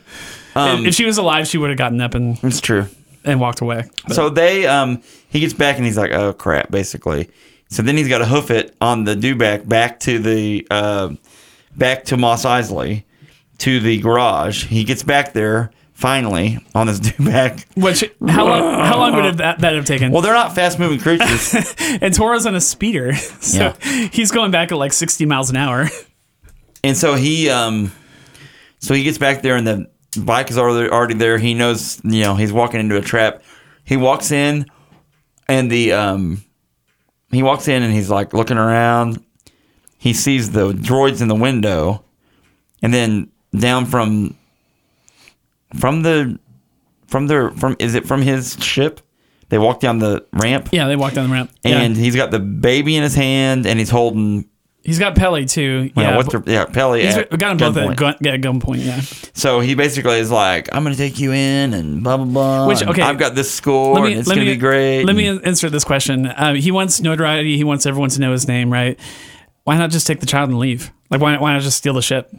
Speaker 2: Um,
Speaker 1: If- if she was alive, she would have gotten up and,
Speaker 2: it's true.
Speaker 1: and walked away. But-
Speaker 2: So they, um, he gets back and he's like, "Oh crap!" Basically. So then he's got to hoof it on the do back back to the uh, back to Moss Isley to the garage. He gets back there finally on this do back.
Speaker 1: which how long how long would have that, that have taken?
Speaker 2: Well, they're not fast moving creatures.
Speaker 1: and Toro's on a speeder, so he's going back at like sixty miles an hour.
Speaker 2: And so he, um, so he gets back there, and the bike is already already there. He knows, you know, he's walking into a trap. He walks in, and the um, he walks in, and he's like looking around. He sees the droids in the window, and then down from from the from their from is it from his ship? They walk down the ramp,
Speaker 1: Yeah, they walk down the ramp,
Speaker 2: and
Speaker 1: yeah.
Speaker 2: he's got the baby in his hand, and he's holding.
Speaker 1: he's got Pele too.
Speaker 2: Yeah,
Speaker 1: Yeah,
Speaker 2: what's the, yeah, Pele.
Speaker 1: he's
Speaker 2: at
Speaker 1: got them both
Speaker 2: gunpoint.
Speaker 1: at gun, yeah, gunpoint. Yeah,
Speaker 2: So he basically is like, I'm going to take you in and blah, blah, blah.
Speaker 1: Which,
Speaker 2: and
Speaker 1: okay.
Speaker 2: I've got this score and it's going to be great.
Speaker 1: Let me
Speaker 2: And
Speaker 1: insert this question. Um, he wants notoriety. He wants everyone to know his name, right? Why not just take the child and leave? Like, why, why not just steal the ship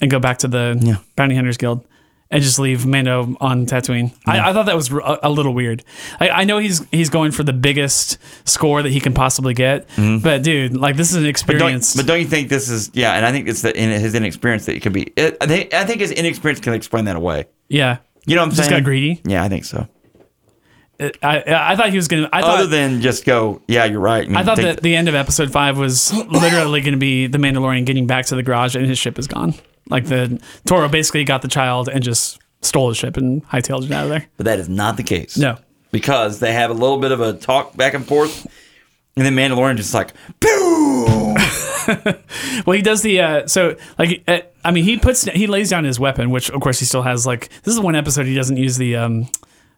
Speaker 1: and go back to the
Speaker 2: Yeah.
Speaker 1: Bounty Hunters Guild and just leave Mando on Tatooine? I, I thought that was r- a, a little weird. I, I know he's he's going for the biggest score that he can possibly get, but dude, like, this is an
Speaker 2: don't,
Speaker 1: experience.
Speaker 2: Mm-hmm. but don't you think this is, yeah, and I think it's the, in his inexperience that it could be. It, I, think, I think his inexperience can explain that away.
Speaker 1: yeah.
Speaker 2: You know what I'm
Speaker 1: Just
Speaker 2: saying?
Speaker 1: got greedy?
Speaker 2: Yeah, I think so.
Speaker 1: I, I, I thought he was going to. I thought
Speaker 2: Other than just go, yeah, you're right. and
Speaker 1: I thought
Speaker 2: take
Speaker 1: that the end of episode five was literally going to be the Mandalorian getting back to the garage and his ship is gone. Like the Toro basically got the child and just stole his ship and hightailed it out of there.
Speaker 2: But that is not the case.
Speaker 1: No.
Speaker 2: Because they have a little bit of a talk back and forth. And then Mandalorian just like, boom!
Speaker 1: Well, he does the uh, so like uh, I mean he puts he lays down his weapon, which of course he still has. Like this is the one episode he doesn't use the um,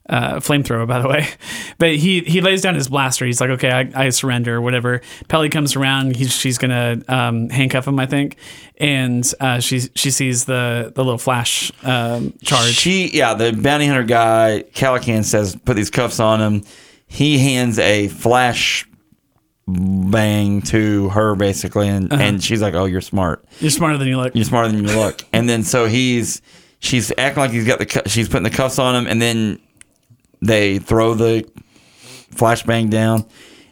Speaker 1: uh, flamethrower, by the way. But he he lays down his blaster. He's like, okay, I, I surrender, or whatever. Pelly comes around. He's, she's gonna um, handcuff him, I think, and uh, she she sees the the little flash um, charge.
Speaker 2: She, yeah, the bounty hunter guy, Calican says, put these cuffs on him. He hands a flash bang to her, basically, and,
Speaker 1: Uh-huh.
Speaker 2: and she's like, oh, you're smart.
Speaker 1: You're smarter than you look.
Speaker 2: You're smarter than you look. and then so he's, she's acting like he's got the, cu- she's putting the cuffs on him, and then they throw the flash bang down,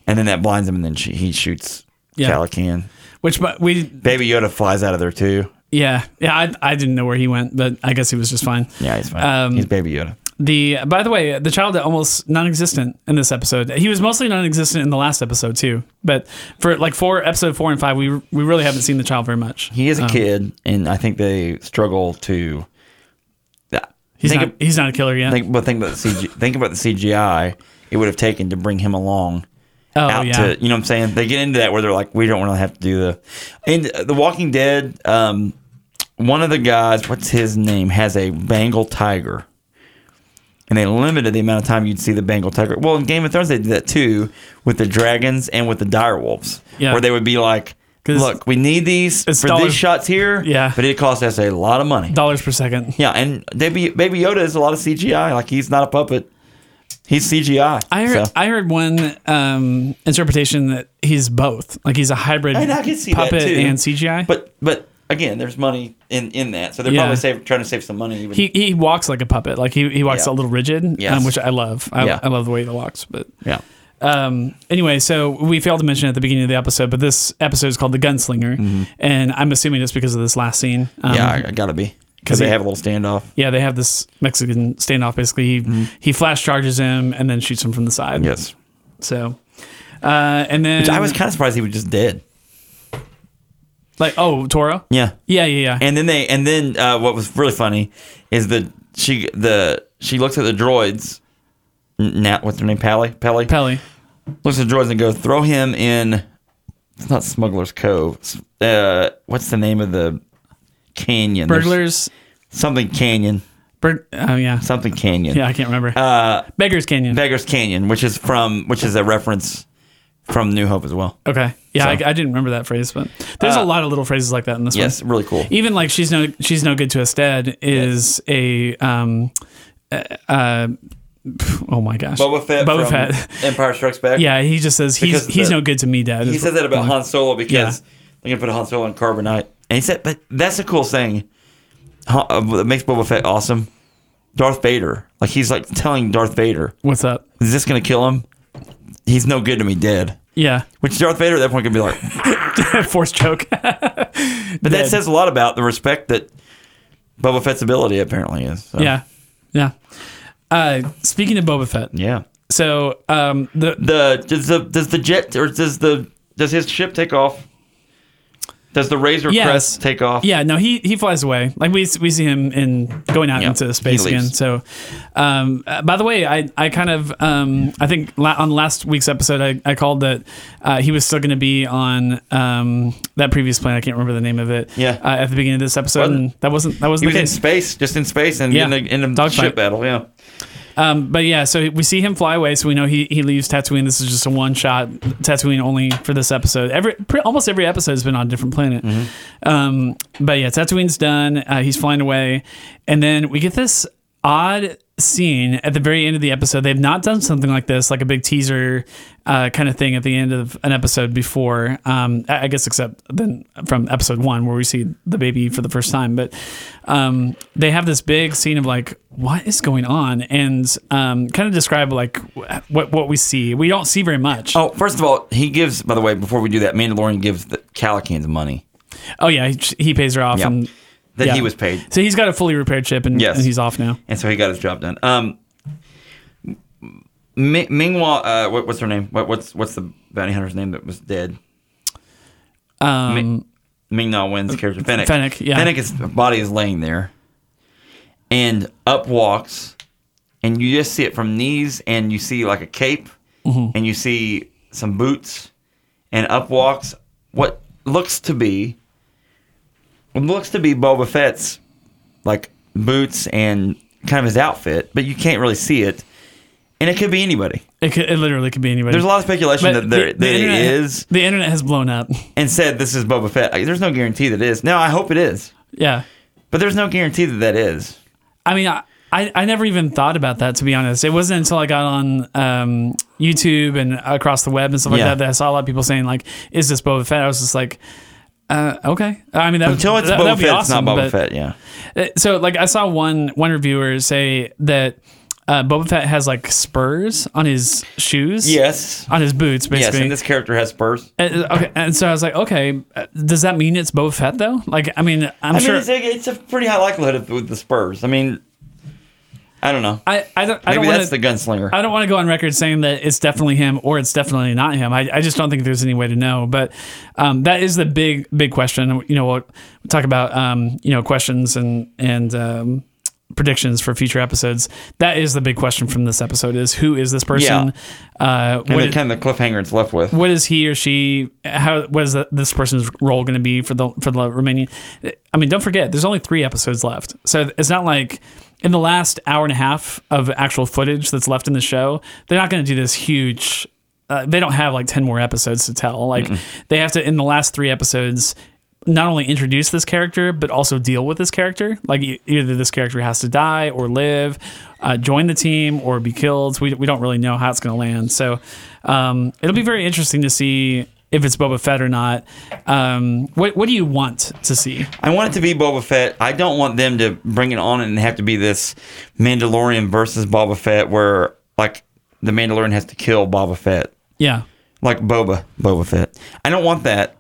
Speaker 2: and then that blinds him, and then she, he shoots
Speaker 1: Yeah.
Speaker 2: Calican.
Speaker 1: Which, but we,
Speaker 2: Baby Yoda flies out of there, too.
Speaker 1: yeah, yeah. I, I didn't know where he went, but I guess he was just fine.
Speaker 2: Yeah, he's fine.
Speaker 1: Um,
Speaker 2: he's Baby Yoda.
Speaker 1: The by the way, the child almost non-existent in this episode. He was mostly non-existent in the last episode too. But for like four episode four and five, we we really haven't seen the child very much.
Speaker 2: He is a kid, and I think they struggle to. Yeah.
Speaker 1: He's
Speaker 2: think
Speaker 1: not he's not a killer yet.
Speaker 2: think, but think about the CG, think about the CGI it would have taken to bring him along
Speaker 1: oh
Speaker 2: out
Speaker 1: yeah,
Speaker 2: to you know what I'm saying. They get into that where they're like, we don't really have to do the. And uh, The Walking Dead, um, one of the guys, what's his name, has a Bengal tiger. And they limited the amount of time you'd see the Bengal tiger. Well, in Game of Thrones, they did that too with the dragons and with the direwolves,
Speaker 1: Yeah.
Speaker 2: where they would be like,
Speaker 1: 'Cause
Speaker 2: "Look, we need these
Speaker 1: it's
Speaker 2: for
Speaker 1: dollar-
Speaker 2: these shots here,
Speaker 1: Yeah.
Speaker 2: but it cost us a lot of money."
Speaker 1: dollars per second.
Speaker 2: Yeah, and Baby Baby Yoda is a lot of CGI. Like he's not a puppet. He's CGI.
Speaker 1: I heard
Speaker 2: so.
Speaker 1: I heard one um, interpretation that he's both. Like he's a hybrid
Speaker 2: And I can see that,
Speaker 1: puppet
Speaker 2: too.
Speaker 1: and CGI.
Speaker 2: but but again, there's money in in that, so they're
Speaker 1: Yeah.
Speaker 2: probably save, trying to save some money. Even
Speaker 1: he, he walks like a puppet. Like he, he walks
Speaker 2: Yeah.
Speaker 1: a little rigid,
Speaker 2: Yes.
Speaker 1: um, which I love. I,
Speaker 2: Yeah.
Speaker 1: I love the way he walks. But
Speaker 2: yeah,
Speaker 1: um, anyway, so we failed to mention at the beginning of the episode, but this episode is called The Gunslinger. And I'm assuming it's because of this last scene. Um,
Speaker 2: Mm-hmm. yeah, I, I gotta be because
Speaker 1: he-
Speaker 2: they have a little standoff.
Speaker 1: yeah, they have this Mexican
Speaker 2: Mm-hmm.
Speaker 1: standoff. Basically, he, he flash charges him and then shoots him from the side.
Speaker 2: Yes,
Speaker 1: So Uh, and then
Speaker 2: I was kind of surprised he was just dead.
Speaker 1: like, oh, Toro.
Speaker 2: Yeah.
Speaker 1: Yeah, yeah, yeah.
Speaker 2: And then they and then uh, what was really funny is that she the she looks at the droids. N- Nat, what's her name? Pally. Pally.
Speaker 1: Pelly.
Speaker 2: looks at the droids and goes, "Throw him in." It's not Smuggler's Cove. S- Uh, what's the name of the canyon? There's
Speaker 1: Burglars.
Speaker 2: Something Canyon.
Speaker 1: Bur- oh yeah.
Speaker 2: Something Canyon.
Speaker 1: Yeah, I can't remember.
Speaker 2: Uh,
Speaker 1: Beggars Canyon.
Speaker 2: Beggars Canyon, which is from which is a reference from New Hope as well.
Speaker 1: okay. Yeah, I,
Speaker 2: So-
Speaker 1: I didn't remember that phrase, but there's
Speaker 2: Uh,
Speaker 1: a lot of little phrases like that in this one.
Speaker 2: Yes, really cool.
Speaker 1: even like she's no she's no good to us dead is a um uh, uh oh my gosh
Speaker 2: Boba Fett.
Speaker 1: Boba
Speaker 2: from
Speaker 1: Fett
Speaker 2: Empire Strikes Back.
Speaker 1: yeah he just says he's
Speaker 2: Because the-
Speaker 1: he's no good to me dad
Speaker 2: He
Speaker 1: is-
Speaker 2: says that about Han Solo because
Speaker 1: Yeah.
Speaker 2: they're gonna put Han Solo in carbonite. And he said, but that's the cool thing huh, uh, that makes Boba Fett awesome. Darth Vader, like he's like telling Darth Vader,
Speaker 1: what's up
Speaker 2: "Is this gonna kill him? He's no good to me, dead."
Speaker 1: yeah
Speaker 2: Which Darth Vader at that point could be like,
Speaker 1: force choke
Speaker 2: but that
Speaker 1: Dead.
Speaker 2: says a lot about the respect that Boba Fett's ability apparently is. So,
Speaker 1: yeah yeah uh speaking of Boba Fett
Speaker 2: yeah.
Speaker 1: so um the
Speaker 2: The does the does the jet or does the does his ship take off? Does the Razor
Speaker 1: Yes.
Speaker 2: Crest take off?
Speaker 1: yeah no he he flies away like we we see him in going out
Speaker 2: Yeah,
Speaker 1: into space
Speaker 2: he leaves.
Speaker 1: again so um uh, by the way i i kind of um i think la- on last week's episode i, I called that uh, he was still going to be on um that previous plane i can't remember the name of it
Speaker 2: Yeah.
Speaker 1: uh, at the beginning of this episode
Speaker 2: Wasn't-
Speaker 1: and that wasn't that
Speaker 2: He
Speaker 1: wasn't
Speaker 2: was
Speaker 1: the
Speaker 2: in
Speaker 1: case
Speaker 2: space, just in space, and
Speaker 1: Yeah.
Speaker 2: in a, in a
Speaker 1: Dogfight.
Speaker 2: ship battle. Yeah,
Speaker 1: um but yeah so we see him fly away so we know he he leaves tatooine this is just a one shot tatooine only for this episode every pre- almost every episode has been on a different planet um but yeah tatooine's done uh, he's flying away and then we get this odd scene at the very end of the episode they've not done something like this like a big teaser uh, kind of thing at the end of an episode before um, I, I guess except then from episode one where we see the baby for the first time but um, they have this big scene of like what is going on and um, kind of describe like wh- what what we see we don't see very much oh,
Speaker 2: Oh, first of all, he gives. By the way, before we do that, Mandalorian gives the Calicans money
Speaker 1: Oh, yeah he, he pays her off
Speaker 2: Yeah.
Speaker 1: and
Speaker 2: that
Speaker 1: Yeah.
Speaker 2: he was paid,
Speaker 1: so he's got a fully repaired ship and,
Speaker 2: Yes.
Speaker 1: and he's off now
Speaker 2: and so he got his job done. Um, Mi- Mingwa, uh, what, what's her name? What, what's what's the bounty hunter's name that was dead?
Speaker 1: um,
Speaker 2: Ming Na Wen's character, Fennec.
Speaker 1: Uh, Fennec, yeah.
Speaker 2: Fennec's body is laying there, and up walks, and you just see it from knees, and you see like a cape,
Speaker 1: Mm-hmm.
Speaker 2: and you see some boots, and up walks what looks to be, what looks to be Boba Fett's, like boots and kind of his outfit, but you can't really see it, and it could be anybody.
Speaker 1: it, could, it literally could be anybody
Speaker 2: There's a lot of speculation that there that it
Speaker 1: internet,
Speaker 2: is,
Speaker 1: the internet has blown up
Speaker 2: and said this is Boba Fett. Like, There's no guarantee that it is. Now I hope it is.
Speaker 1: yeah
Speaker 2: But there's no guarantee that that is.
Speaker 1: I mean, I, I, I never even thought about that to be honest. It wasn't until I got on um, YouTube and across the web and stuff like
Speaker 2: Yeah.
Speaker 1: that that I saw a lot of people saying like, "Is this Boba Fett?" I was just like, uh, "Okay." I mean, that,
Speaker 2: Until it's
Speaker 1: that,
Speaker 2: Boba
Speaker 1: that'd be
Speaker 2: Fett,
Speaker 1: awesome,
Speaker 2: it's not
Speaker 1: but-
Speaker 2: Boba Fett, yeah.
Speaker 1: uh, So like, I saw one one reviewer say that uh, Boba Fett has like spurs on his shoes.
Speaker 2: Yes.
Speaker 1: On his boots,
Speaker 2: Yes,
Speaker 1: basically.
Speaker 2: and this character has spurs.
Speaker 1: And- uh, okay, and so I was like, okay, uh, does that mean it's Boba Fett though? Like, I mean, I'm
Speaker 2: I
Speaker 1: sure.
Speaker 2: mean, it's a, it's a pretty high likelihood of, with the spurs. I mean, I don't know.
Speaker 1: I, I don't. I
Speaker 2: Maybe
Speaker 1: don't
Speaker 2: that's
Speaker 1: want
Speaker 2: the gunslinger.
Speaker 1: I don't want to go on record saying that it's definitely him or it's definitely not him. I, I just don't think there's any way to know. But um, that is the big big question. You know, we'll talk about um, you know questions and and um, predictions for future episodes. That is the big question from this episode: is who is this person? Uh,
Speaker 2: and
Speaker 1: what,
Speaker 2: the kind of the cliffhanger it's left with.
Speaker 1: what is he or she? How what is the, this person's role going to be for the for the remaining? I mean, don't forget, there's only three episodes left, so it's not like in the last hour and a half of actual footage that's left in the show, they're not going to do this huge. Uh, they don't have like ten more episodes to tell. Like they have to in the last three episodes. Not only introduce this character, but also deal with this character. Like e- either this character has to die or live, uh, join the team or be killed. We, we don't really know how it's going to land. So um, it'll be very interesting to see if it's Boba Fett or not. Um, what what do you want to see?
Speaker 2: I want it to be Boba Fett. I don't want them to bring it on and have to be this Mandalorian versus Boba Fett where, like, the Mandalorian has to kill Boba Fett.
Speaker 1: Yeah,
Speaker 2: Like Boba, Boba Fett. I don't want that.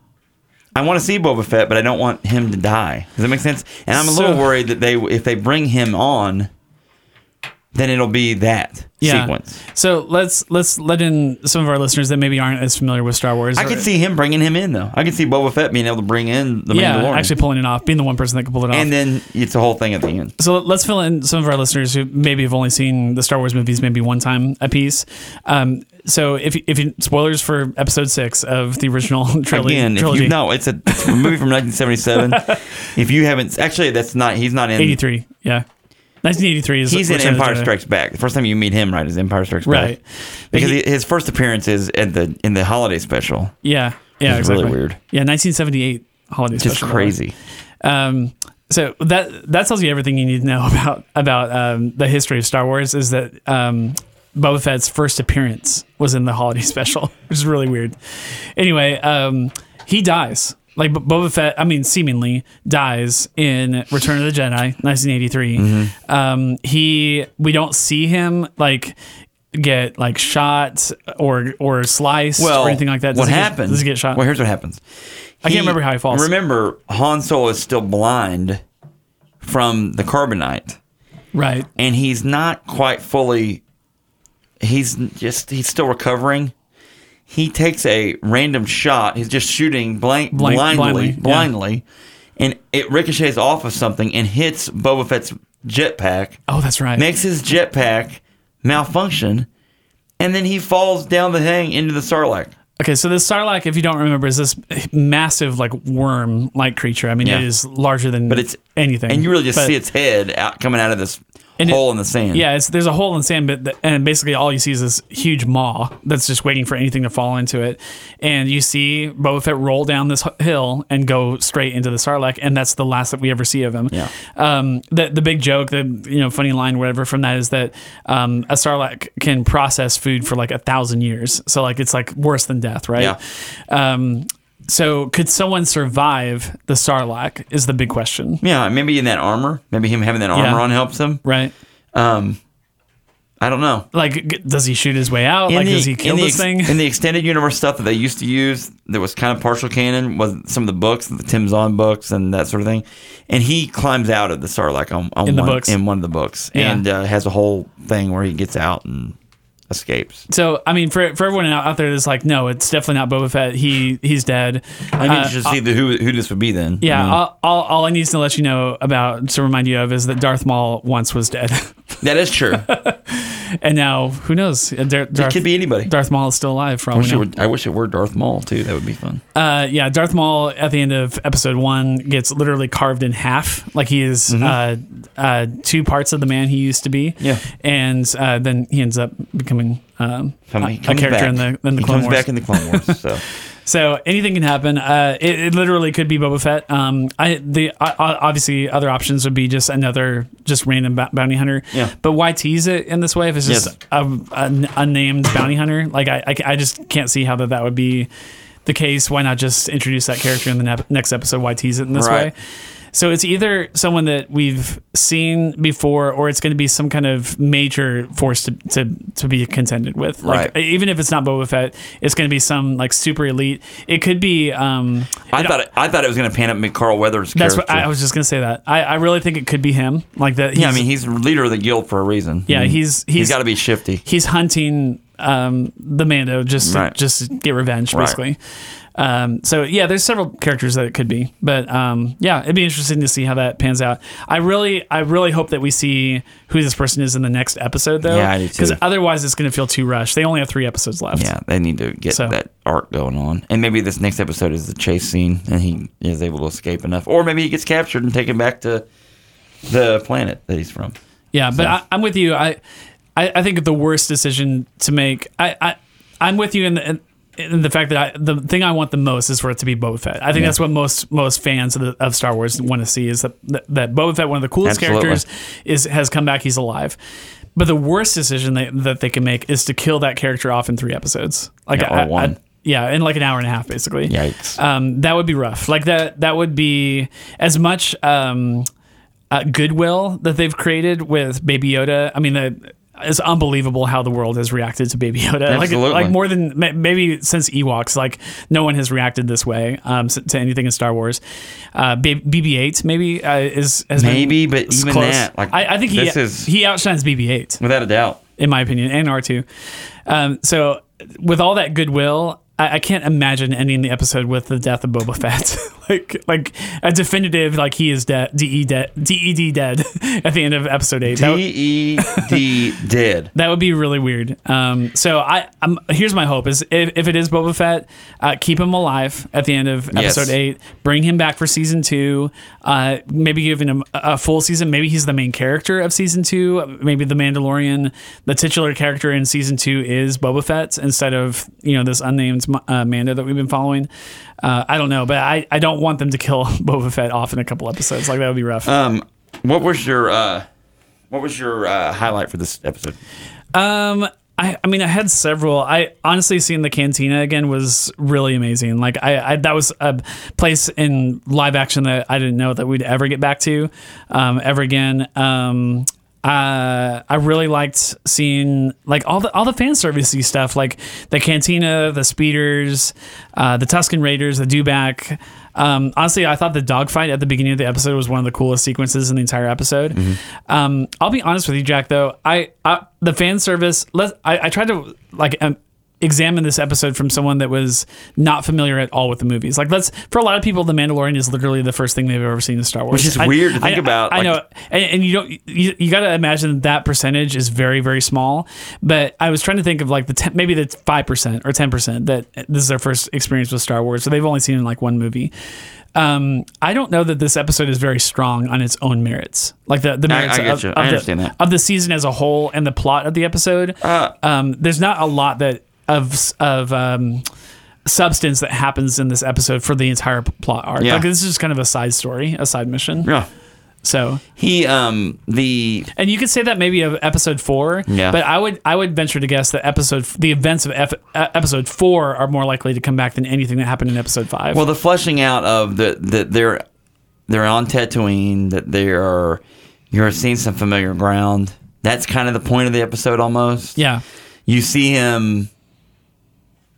Speaker 2: I want to see Boba Fett, but I don't want him to die. Does that make sense? And I'm a
Speaker 1: So-
Speaker 2: little worried that they, if they bring him on, then it'll be that
Speaker 1: Yeah.
Speaker 2: sequence.
Speaker 1: So let's let's let in some of our listeners that maybe aren't as familiar with Star Wars.
Speaker 2: I
Speaker 1: or-
Speaker 2: could see him bringing him in though. I could see Boba Fett being able to bring in the
Speaker 1: yeah,
Speaker 2: Mandalorian,
Speaker 1: actually pulling it off, being the one person that can pull it off.
Speaker 2: and then it's a whole thing at the end.
Speaker 1: so let's fill in some of our listeners who maybe have only seen the Star Wars movies maybe one time a piece. Um, so if you- if you, spoilers for Episode Six of the original trilogy,
Speaker 2: Again, if
Speaker 1: trilogy
Speaker 2: you no, it's a, it's a movie from 1977. if you haven't, actually, that's not. He's not in.
Speaker 1: eighty three, yeah, nineteen eighty three is
Speaker 2: He's in
Speaker 1: Return of the
Speaker 2: Empire
Speaker 1: Jedi.
Speaker 2: Strikes Back. The first time you meet him, right, is Empire Strikes
Speaker 1: Right.
Speaker 2: Back. Because he, his first appearance is at the in the holiday special.
Speaker 1: Yeah, yeah,
Speaker 2: It's really
Speaker 1: exactly.
Speaker 2: weird.
Speaker 1: Yeah, nineteen seventy eight holiday
Speaker 2: Just
Speaker 1: special.
Speaker 2: crazy.
Speaker 1: Um, so that that tells you everything you need to know about about um, the history of Star Wars is that um, Boba Fett's first appearance was in the holiday special, which is really weird. Anyway, um, he dies. Like B- Boba Fett, I mean, seemingly dies in Return of the Jedi, 1983.
Speaker 2: Mm-hmm.
Speaker 1: Um, he, we don't see him like get like shot or or sliced
Speaker 2: Well,
Speaker 1: or anything like that. Does
Speaker 2: what
Speaker 1: he get-
Speaker 2: happens?
Speaker 1: does he get shot?
Speaker 2: Well, here's what happens. I
Speaker 1: can't remember how he falls.
Speaker 2: Remember, Han Solo is still blind from the carbonite,
Speaker 1: right.
Speaker 2: and he's not quite fully. He's just he's still recovering. He takes a random shot. He's just shooting blank,
Speaker 1: Blank- blindly,
Speaker 2: blindly, blindly,
Speaker 1: yeah.
Speaker 2: and it ricochets off of something and hits Boba Fett's jetpack.
Speaker 1: Oh, that's right.
Speaker 2: makes his jetpack malfunction, and then he falls down the hang into the Sarlacc.
Speaker 1: Okay, so the Sarlacc, if you don't remember, is this massive like worm like creature. I mean,
Speaker 2: Yeah.
Speaker 1: it is larger than
Speaker 2: But it's
Speaker 1: anything,
Speaker 2: and you really just
Speaker 1: But-
Speaker 2: see its head out coming out of this
Speaker 1: it-
Speaker 2: hole in the sand.
Speaker 1: Yeah, it's, there's a hole in the sand, but the, and basically all you see is this huge maw that's just waiting for anything to fall into it, and you see Boba Fett roll down this h- hill and go straight into the Sarlacc, and that's the last that we ever see of him.
Speaker 2: Yeah.
Speaker 1: Um, the the big joke, the you know funny line, whatever from that is that um, a Sarlacc can process food for like a thousand years, so like it's like worse than death, right? Um, so could someone survive the Sarlacc is the big question,
Speaker 2: yeah. Maybe in that armor, maybe him having that armor
Speaker 1: Yeah.
Speaker 2: on helps him.
Speaker 1: right?
Speaker 2: Um, I don't know.
Speaker 1: Like, g- does he shoot his way out? like, does he kill
Speaker 2: in the
Speaker 1: this
Speaker 2: ex-
Speaker 1: thing?
Speaker 2: in the extended universe stuff that they used to use that was kind of partial canon was some of the books, the Tim Zahn books, and that sort of thing. And he climbs out of the Sarlacc on, on
Speaker 1: In the
Speaker 2: one,
Speaker 1: books.
Speaker 2: in one of the books,
Speaker 1: Yeah.
Speaker 2: and uh, has a whole thing where he gets out and escapes.
Speaker 1: So I mean, for for everyone out, out there that's like, no, it's definitely not Boba Fett. He he's dead.
Speaker 2: I mean,
Speaker 1: Uh,
Speaker 2: you should see the, who who this would be then.
Speaker 1: yeah,
Speaker 2: I mean,
Speaker 1: all, all, all I need to let you know about to remind you of is that Darth Maul once was dead,
Speaker 2: that is true. it
Speaker 1: and now who knows? Uh, Dar- Darth,
Speaker 2: could be anybody.
Speaker 1: Darth Maul is still alive. For all
Speaker 2: I
Speaker 1: we
Speaker 2: wish, it
Speaker 1: know.
Speaker 2: were, I wish it were Darth Maul too. That would be fun.
Speaker 1: Uh, yeah, Darth Maul at the end of episode one gets literally carved in half. Like he is uh, uh, two parts of the man he used to be.
Speaker 2: Mm-hmm. Yeah.
Speaker 1: and uh, then he ends up becoming um,
Speaker 2: So
Speaker 1: a,
Speaker 2: he
Speaker 1: a
Speaker 2: comes
Speaker 1: character
Speaker 2: back.
Speaker 1: in the in the
Speaker 2: he
Speaker 1: Clone
Speaker 2: comes
Speaker 1: Wars.
Speaker 2: back in the Clone Wars. So
Speaker 1: So anything can happen. Uh, it, it literally could be Boba Fett. Um, I the I, I- obviously other options would be just another just random bo- bounty hunter.
Speaker 2: Yeah.
Speaker 1: But why tease it in this way if it's just
Speaker 2: Yes.
Speaker 1: a, an unnamed bounty hunter? Like I, I ca- I just can't see how that that would be the case. Why not just introduce that character in the nep- next episode? Why tease it in this way?
Speaker 2: Right.
Speaker 1: So it's either someone that we've seen before, or it's going to be some kind of major force to to, to be contended with. Like
Speaker 2: Right.
Speaker 1: even if it's not Boba Fett, it's going to be some like super elite. It could be. Um,
Speaker 2: I thought it, I thought it was going to pan up and be Carl Weathers'
Speaker 1: that's
Speaker 2: character.
Speaker 1: what I, I was just going to say. That I, I really think it could be him. Like that.
Speaker 2: yeah, I
Speaker 1: he's-
Speaker 2: mean, he's leader of the guild for a reason.
Speaker 1: yeah,
Speaker 2: I mean,
Speaker 1: he's
Speaker 2: he's
Speaker 1: he's
Speaker 2: got to be shifty.
Speaker 1: he's hunting um, the Mando just to,
Speaker 2: Right.
Speaker 1: just to get revenge,
Speaker 2: Right.
Speaker 1: basically. Um, so yeah, there's several characters that it could be, but um, yeah, it'd be interesting to see how that pans out. I really, I really hope that we see who this person is in the next episode, though,
Speaker 2: Yeah, I do, too.
Speaker 1: otherwise it's going to feel too rushed. They only have three episodes left.
Speaker 2: Yeah, they need to get
Speaker 1: So-
Speaker 2: that arc going on, and maybe this next episode is the chase scene, and he is able to escape enough, or maybe he gets captured and taken back to the planet that he's from.
Speaker 1: Yeah, but I, I'm with you. I, I I think the worst decision to make. I, I I'm with you in the. In the fact that I, the thing I want the most is for it to be Boba Fett. I think that's what most most fans of, the, of Star Wars want to see is that that Boba Fett, one of the coolest
Speaker 2: Absolutely.
Speaker 1: characters, is has come back. He's alive. But the worst decision they, that they can make is to kill that character off in three episodes, like
Speaker 2: Yeah, or
Speaker 1: I- I-
Speaker 2: one.
Speaker 1: yeah, in like an hour and a half, basically.
Speaker 2: Yikes.
Speaker 1: Um, that would be rough. Like that. That would be as much um, uh, goodwill that they've created with Baby Yoda. I mean, the, it's unbelievable how the world has reacted to Baby Yoda. Like,
Speaker 2: Absolutely.
Speaker 1: like more than ma- maybe since Ewoks, like no one has reacted this way um, s- to anything in Star Wars. Uh, B- BB-8 maybe uh, is has been
Speaker 2: Maybe, but
Speaker 1: s-
Speaker 2: even
Speaker 1: close.
Speaker 2: that, like,
Speaker 1: I, I think he
Speaker 2: this is-
Speaker 1: he outshines BB-8
Speaker 2: without a doubt.
Speaker 1: in my opinion, and R2. Um, so with all that goodwill, I, I can't imagine ending the episode with the death of Boba Fett, like like a definitive like he is dead, de dead, ded dead at the end of episode eight. That would-
Speaker 2: D E D dead.
Speaker 1: that would be really weird. Um, so I, i here's my hope is if, if it is Boba Fett, uh, keep him alive at the end of
Speaker 2: Yes.
Speaker 1: episode eight. Bring him back for season two. Uh, maybe giving him a a full season. Maybe he's the main character of season two. Maybe the Mandalorian, the titular character in season two is Boba Fett instead of you know this unnamed uh, Mando that we've been following. Uh, I don't know, but I, I don't want them to kill Boba Fett off in a couple episodes. Like that would be rough.
Speaker 2: Um, what was your uh, what was your uh, highlight for this episode?
Speaker 1: Um, I, I mean, I had several. I honestly seeing the cantina again was really amazing. Like, I, I that was a place in live action that I didn't know that we'd ever get back to, um, ever again. Um, uh, I really liked seeing like all the all the fan servicey stuff, like the cantina, the speeders, uh, the Tuscan Raiders, the Dewback. Um, honestly, I thought the dogfight at the beginning of the episode was one of the coolest sequences in the entire episode.
Speaker 2: Mm-hmm.
Speaker 1: Um, I'll be honest with you, Jack. Though I, I the fan service, let I, I tried to like um, examine this episode from someone that was not familiar at all with the movies. Like, let's for a lot of people, The Mandalorian is literally the first thing they've ever seen in Star Wars,
Speaker 2: Which is weird to think about,
Speaker 1: I,
Speaker 2: like-
Speaker 1: know, and, and you don't you, you got to imagine that percentage is very very small. But I was trying to think of like the 10, maybe the five percent or ten percent that this is their first experience with Star Wars, so they've only seen like one movie. Um, I don't know that this episode is very strong on its own merits, like the the
Speaker 2: I- I
Speaker 1: merits
Speaker 2: get
Speaker 1: of,
Speaker 2: you.
Speaker 1: of
Speaker 2: I
Speaker 1: the-
Speaker 2: understand that.
Speaker 1: of the season as a whole and the plot of the episode.
Speaker 2: Uh,
Speaker 1: um, there's not a lot that of of um, substance that happens in this episode for the entire p- plot arc.
Speaker 2: Yeah.
Speaker 1: Like this is just kind of a side story, a side mission.
Speaker 2: Yeah,
Speaker 1: So,
Speaker 2: he um the
Speaker 1: and you could say that maybe of episode four.
Speaker 2: Yeah.
Speaker 1: But I would I would venture to guess that episode f- the events of F, uh, episode four are more likely to come back than anything that happened in episode five.
Speaker 2: well the fleshing out of the that they're they're on Tatooine that they are you're seeing some familiar ground. That's kind of the point of the episode almost.
Speaker 1: yeah.
Speaker 2: you see him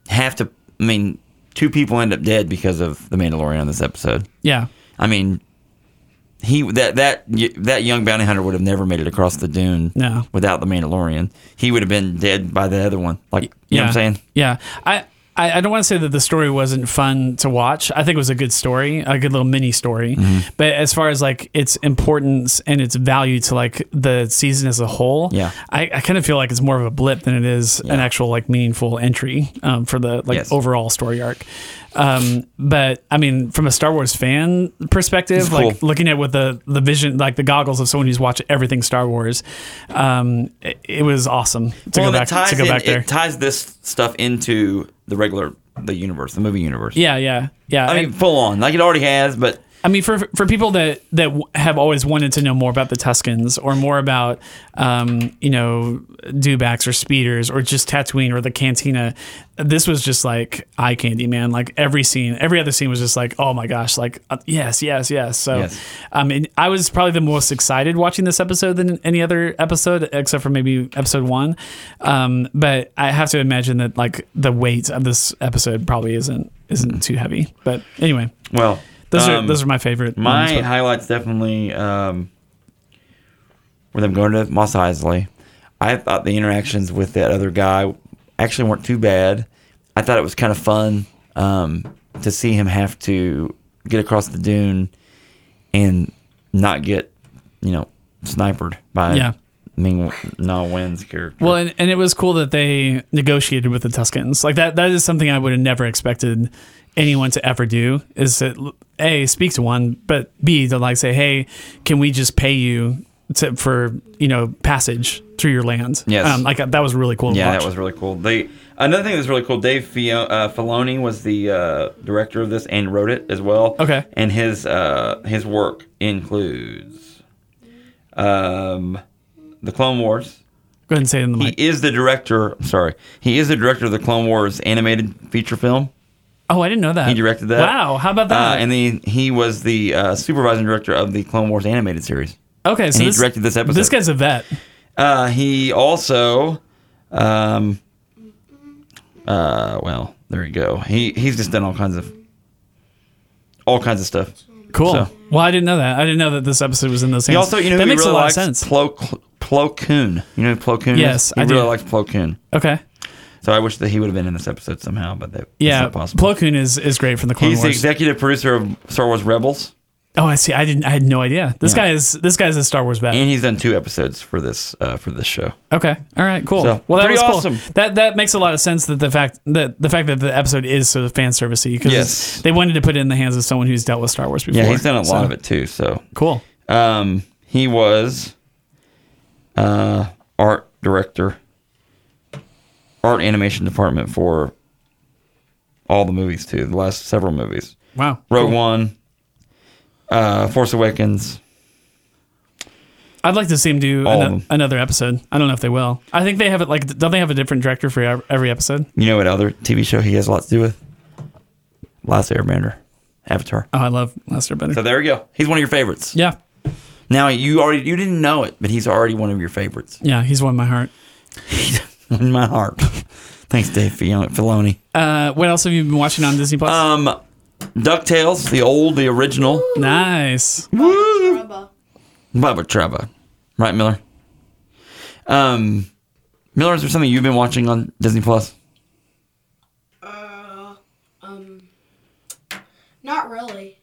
Speaker 2: have to. I mean, two people end up dead because of the Mandalorian on this episode.
Speaker 1: Yeah.
Speaker 2: I mean, he that that y- that young bounty hunter would have never made it across the dune
Speaker 1: No.
Speaker 2: without the Mandalorian. He would have been dead by the other one. Like, you know what I'm saying?
Speaker 1: Yeah. I, I, I don't want to say that the story wasn't fun to watch. I think it was a good story, a good little mini story.
Speaker 2: Mm-hmm.
Speaker 1: But as far as like its importance and its value to like the season as a whole,
Speaker 2: Yeah.
Speaker 1: I, I kind of feel like it's more of a blip than it is an actual like meaningful entry um, for the like
Speaker 2: Yes.
Speaker 1: overall story arc. Um, but I mean, from a Star Wars fan perspective,
Speaker 2: It's
Speaker 1: like
Speaker 2: cool.
Speaker 1: looking at what the the vision, like the goggles of someone who's watched everything Star Wars, um, it, it was awesome to
Speaker 2: Well,
Speaker 1: go
Speaker 2: and
Speaker 1: back to go
Speaker 2: in-
Speaker 1: back there.
Speaker 2: It ties this stuff into the regular the universe, the movie universe.
Speaker 1: Yeah, yeah, yeah.
Speaker 2: I mean, full on. Like it already has, but
Speaker 1: I mean, for for people that that w- have always wanted to know more about the Tuscans or more about, um, you know, dewbacks or speeders or just Tatooine or the Cantina, this was just like eye candy, man. Like every scene, every other scene was just like, oh my gosh, like uh, yes, yes, yes. So,
Speaker 2: Yes.
Speaker 1: I mean, I was probably the most excited watching this episode than any other episode, except for maybe episode one. Um, but I have to imagine that like the weight of this episode probably isn't isn't too heavy. But anyway.
Speaker 2: well,
Speaker 1: Those are
Speaker 2: um,
Speaker 1: those are my favorite.
Speaker 2: my
Speaker 1: ones,
Speaker 2: highlights definitely um, were them going to Moss Isley. I thought the interactions with that other guy actually weren't too bad. I thought it was kind of fun um, to see him have to get across the dune and not get, you know, sniped by
Speaker 1: Yeah.
Speaker 2: Ming Na Wen's character.
Speaker 1: but- well, and, and it was cool that they negotiated with the Tuscans. Like that that is something I would have never expected anyone to ever do. Is that a speak to one, but b to like say, hey, can we just pay you to, for you know passage through your land?
Speaker 2: Yes.
Speaker 1: um, like that was really cool. To
Speaker 2: Yeah,
Speaker 1: watch.
Speaker 2: that was really cool. They another thing that was really cool. Dave Fio, uh, Filoni was the uh, director of this and wrote it as well.
Speaker 1: Okay.
Speaker 2: and his uh, his work includes um, the Clone Wars.
Speaker 1: Go ahead and say it in the
Speaker 2: He
Speaker 1: mic.
Speaker 2: is the director. I'm Sorry, he is the director of the Clone Wars animated feature film.
Speaker 1: Oh, I didn't know that.
Speaker 2: He directed that.
Speaker 1: Wow, how about
Speaker 2: Uh,
Speaker 1: that?
Speaker 2: and then he was the uh, supervising director of the Clone Wars animated series.
Speaker 1: okay, so
Speaker 2: and he
Speaker 1: this,
Speaker 2: directed this episode.
Speaker 1: This guy's a vet.
Speaker 2: Uh, he also, um, uh, well, there you go. He he's just done all kinds of all kinds of stuff.
Speaker 1: Cool.
Speaker 2: So-
Speaker 1: Well, I didn't know that. I didn't know that this episode was in those hands.
Speaker 2: He also, you know,
Speaker 1: that
Speaker 2: who he
Speaker 1: makes
Speaker 2: really
Speaker 1: a lot
Speaker 2: likes
Speaker 1: of sense.
Speaker 2: Plo, Plo Koon. You know who Plo Koon
Speaker 1: Yes,
Speaker 2: is? He
Speaker 1: I do.
Speaker 2: really likes Plo Koon.
Speaker 1: okay.
Speaker 2: So I wish that he would have been in this episode somehow, but that, that's
Speaker 1: Yeah,
Speaker 2: not possible.
Speaker 1: Plo Koon is, is great from the Clone
Speaker 2: he's the
Speaker 1: Wars.
Speaker 2: executive producer of Star Wars Rebels,
Speaker 1: oh, I see. I didn't. I had no idea. This guy is this guy's a Star Wars vet.
Speaker 2: and he's done two episodes for this uh, for this show.
Speaker 1: Okay. All right. Cool.
Speaker 2: So,
Speaker 1: well, that
Speaker 2: pretty
Speaker 1: was cool.
Speaker 2: awesome.
Speaker 1: That that makes a lot of sense. That the fact that the fact that the episode is so fan servicey because
Speaker 2: Yes.
Speaker 1: they wanted to put it in the hands of someone who's dealt with Star Wars before.
Speaker 2: Yeah, he's done a lot
Speaker 1: So,
Speaker 2: of it too. So
Speaker 1: Cool.
Speaker 2: um, he was uh, art director, art animation department for all the movies too. The last several movies,
Speaker 1: Wow.
Speaker 2: Rogue
Speaker 1: Cool.
Speaker 2: One, uh, Force Awakens.
Speaker 1: I'd like to see him do
Speaker 2: All of
Speaker 1: ano-
Speaker 2: them.
Speaker 1: another episode. I don't know if they will. I think they have it like don't they have a different director for ev- every episode?
Speaker 2: You know what other TV show he has a lot to do with? Last Airbender, Avatar.
Speaker 1: Oh, I love Lester Bennett.
Speaker 2: So there we go. He's one of your favorites.
Speaker 1: yeah.
Speaker 2: Now you already you didn't know it, but he's already one of your favorites
Speaker 1: Yeah, he's won my heart.
Speaker 2: in my heart. Thanks, Dave Fil- Filoni.
Speaker 1: Uh, what else have you been watching on Disney Plus?
Speaker 2: Um, Ducktales, the old, the original.
Speaker 1: nice.
Speaker 3: Woo!
Speaker 2: Bubba Trubba, right, Miller? Um, Miller, is there something you've been watching on Disney Plus?
Speaker 3: Uh, um, not really.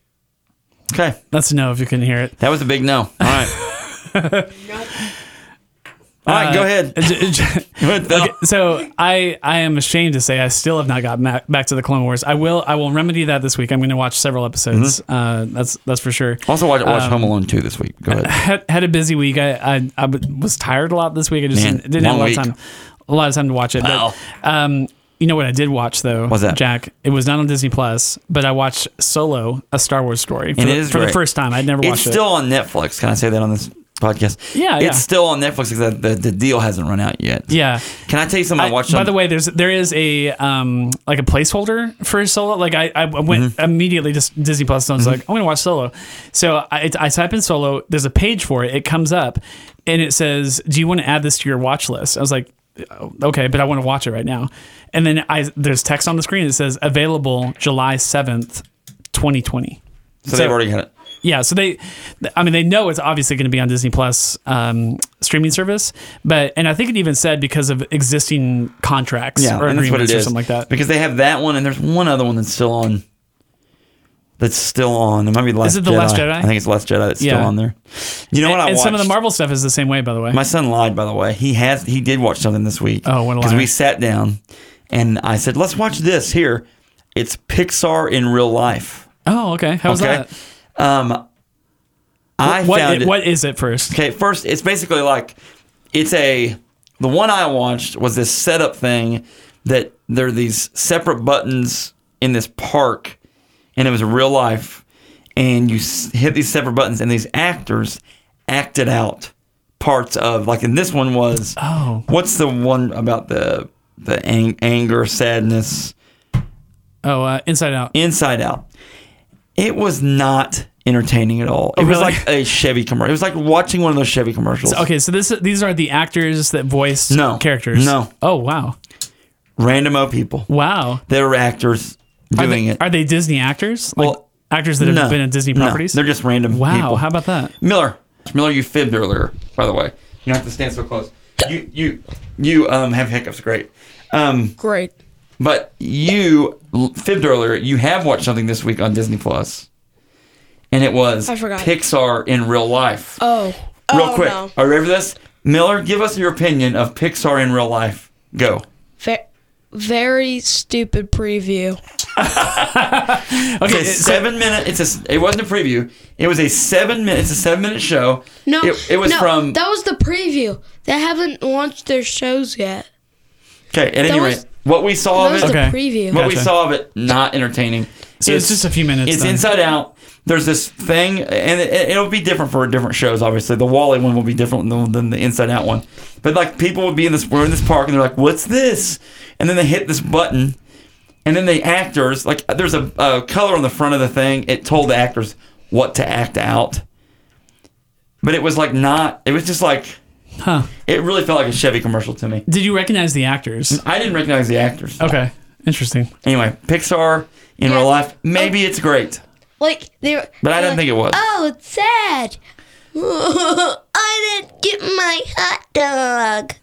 Speaker 2: Okay,
Speaker 1: That's a no if you couldn't hear it.
Speaker 2: that was a big no. All right,
Speaker 3: Nope.
Speaker 2: all right, go
Speaker 1: Uh,
Speaker 2: ahead.
Speaker 1: Okay, so I I am ashamed to say I still have not gotten back, back to the Clone Wars. I will I will remedy that this week. I'm going to watch several episodes.
Speaker 2: Mm-hmm.
Speaker 1: Uh, that's that's for sure.
Speaker 2: Also, watch, watch
Speaker 1: um,
Speaker 2: Home Alone two this week. Go ahead.
Speaker 1: Had, had a busy week. I, I I was tired a lot this week. I just
Speaker 2: Man,
Speaker 1: didn't, didn't have a lot
Speaker 2: long
Speaker 1: of
Speaker 2: week.
Speaker 1: time a lot of time to watch it.
Speaker 2: Wow.
Speaker 1: But, um, you know what I did watch though?
Speaker 2: What's that?
Speaker 1: Jack? It was not on Disney Plus, but I watched Solo: A Star Wars Story for,
Speaker 2: It
Speaker 1: the,
Speaker 2: is
Speaker 1: for the
Speaker 2: great.
Speaker 1: first time. I'd never
Speaker 2: It's
Speaker 1: watched
Speaker 2: still on Netflix. Can I say that on this podcast?
Speaker 1: Yeah,
Speaker 2: it's
Speaker 1: yeah.
Speaker 2: still on Netflix because the, the, the deal hasn't run out yet.
Speaker 1: it. Yeah.
Speaker 2: Can I tell you something I,
Speaker 1: I-
Speaker 2: watched?
Speaker 1: by
Speaker 2: on,
Speaker 1: the way, there's there is a um like a placeholder for Solo. Like I I went
Speaker 2: Mm-hmm.
Speaker 1: immediately just Disney Plus and I was like I'm gonna watch Solo. So I it, I type in Solo. There's a page for it. It comes up and it says, "Do you want to add this to your watch list?" I was like. "Oh, Okay, but I want to watch it right now. And then I there's text on the screen that says available July seventh, twenty twenty.
Speaker 2: so, they've already had it.
Speaker 1: Yeah, so they, I mean, they know it's obviously going to be on Disney Plus um, streaming service, but and I think it even said because of existing contracts or
Speaker 2: and that's what
Speaker 1: agreements
Speaker 2: it
Speaker 1: or
Speaker 2: is.
Speaker 1: something like that.
Speaker 2: Because they have that one, and there's one other one that's still on. That's still on. It might be the last.
Speaker 1: it The Last Jedi?
Speaker 2: I think it's the Last Jedi that's
Speaker 1: Yeah.
Speaker 2: still on there. You know
Speaker 1: and
Speaker 2: what I
Speaker 1: and
Speaker 2: watched?
Speaker 1: some of the Marvel stuff is the same way, by the way.
Speaker 2: My son lied, by the way. He has. He did watch something this week.
Speaker 1: Oh, what a
Speaker 2: Because
Speaker 1: liar.
Speaker 2: we sat down, and I said, "Let's watch this here." It's Pixar in real life.
Speaker 1: oh, okay. How was
Speaker 2: Okay.
Speaker 1: that?
Speaker 2: Um, I
Speaker 1: what
Speaker 2: found
Speaker 1: i-
Speaker 2: it,
Speaker 1: what is it first?
Speaker 2: Okay, first, it's basically like it's a the one I watched was this setup thing that there are these separate buttons in this park, and it was real life, and you s- hit these separate buttons, and these actors acted out parts of like, and this one was
Speaker 1: Oh.
Speaker 2: what's the one about the the ang- anger, sadness,
Speaker 1: Oh, uh, Inside Out.
Speaker 2: Inside Out. It was not entertaining at all. It was
Speaker 1: really?
Speaker 2: like a Chevy commercial. It was like watching one of those Chevy commercials.
Speaker 1: Okay, so this these are the actors that voiced
Speaker 2: No.
Speaker 1: characters.
Speaker 2: No.
Speaker 1: Oh wow,
Speaker 2: random old people
Speaker 1: wow.
Speaker 2: that are actors
Speaker 1: Are
Speaker 2: doing
Speaker 1: they,
Speaker 2: it.
Speaker 1: are they Disney actors? Like
Speaker 2: Well,
Speaker 1: actors that have been in Disney
Speaker 2: no,
Speaker 1: properties?
Speaker 2: they're just random.
Speaker 1: wow.
Speaker 2: people.
Speaker 1: How about that?
Speaker 2: Miller, Miller, you fibbed earlier. By the way, you don't have to stand so close. You you you um have hiccups. Great. Um,
Speaker 3: Great.
Speaker 2: but you l- fibbed earlier. You have watched something this week on Disney Plus, and it was
Speaker 3: I forgot.
Speaker 2: Pixar in real life.
Speaker 3: Oh.
Speaker 2: real
Speaker 3: Oh,
Speaker 2: quick,
Speaker 3: No.
Speaker 2: are you ready for this? Miller, give us your opinion of Pixar in real life. Go.
Speaker 3: Ve- very stupid preview.
Speaker 1: Okay, so-
Speaker 2: a seven minute. It's a. It wasn't a preview. It was a seven minute. It's a seven minute show.
Speaker 3: No.
Speaker 2: It, it was
Speaker 3: no,
Speaker 2: from.
Speaker 3: That was the preview. They haven't launched their shows yet.
Speaker 2: okay. At any
Speaker 3: was-
Speaker 2: rate, what we saw
Speaker 3: That
Speaker 2: of
Speaker 3: was
Speaker 2: it.
Speaker 3: the
Speaker 1: Okay.
Speaker 3: preview.
Speaker 2: What we
Speaker 1: Gotcha.
Speaker 2: saw of it not entertaining.
Speaker 1: So it's just a few minutes
Speaker 2: It's
Speaker 1: then.
Speaker 2: Inside Out. There's this thing, and it, it'll be different for different shows. Obviously, the Wally one will be different than, than the Inside Out one. But like people would be in this, we're in this park, and they're like, "What's this?" And then they hit this button, and then the actors, like, there's a, a color on the front of the thing. It told the actors what to act out, but it was like not. It was just like
Speaker 1: Huh.
Speaker 2: It really felt like a Chevy commercial to me.
Speaker 1: Did you recognize the actors?
Speaker 2: I didn't recognize the actors.
Speaker 1: Okay. Interesting.
Speaker 2: Anyway, Pixar in
Speaker 3: Yeah.
Speaker 2: real life, maybe it's great.
Speaker 3: Like they were.
Speaker 2: But I
Speaker 3: they're
Speaker 2: didn't
Speaker 3: like,
Speaker 2: think it was.
Speaker 3: Oh, it's sad. I didn't get my hot dog.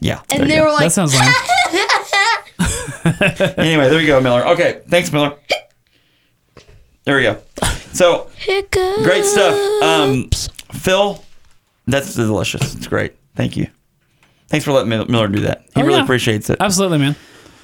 Speaker 2: Yeah.
Speaker 3: And
Speaker 2: there you
Speaker 3: they
Speaker 2: go.
Speaker 3: were like,
Speaker 1: That sounds lame.
Speaker 2: Anyway, there you go, Miller. Okay, thanks, Miller. There we go. So
Speaker 3: Hiccup.
Speaker 2: great stuff. Um, Phil, that's delicious. It's great. Thank you. Thanks for letting Mil- Miller do that. He
Speaker 1: Oh,
Speaker 2: really
Speaker 1: yeah.
Speaker 2: appreciates it.
Speaker 1: Absolutely, man.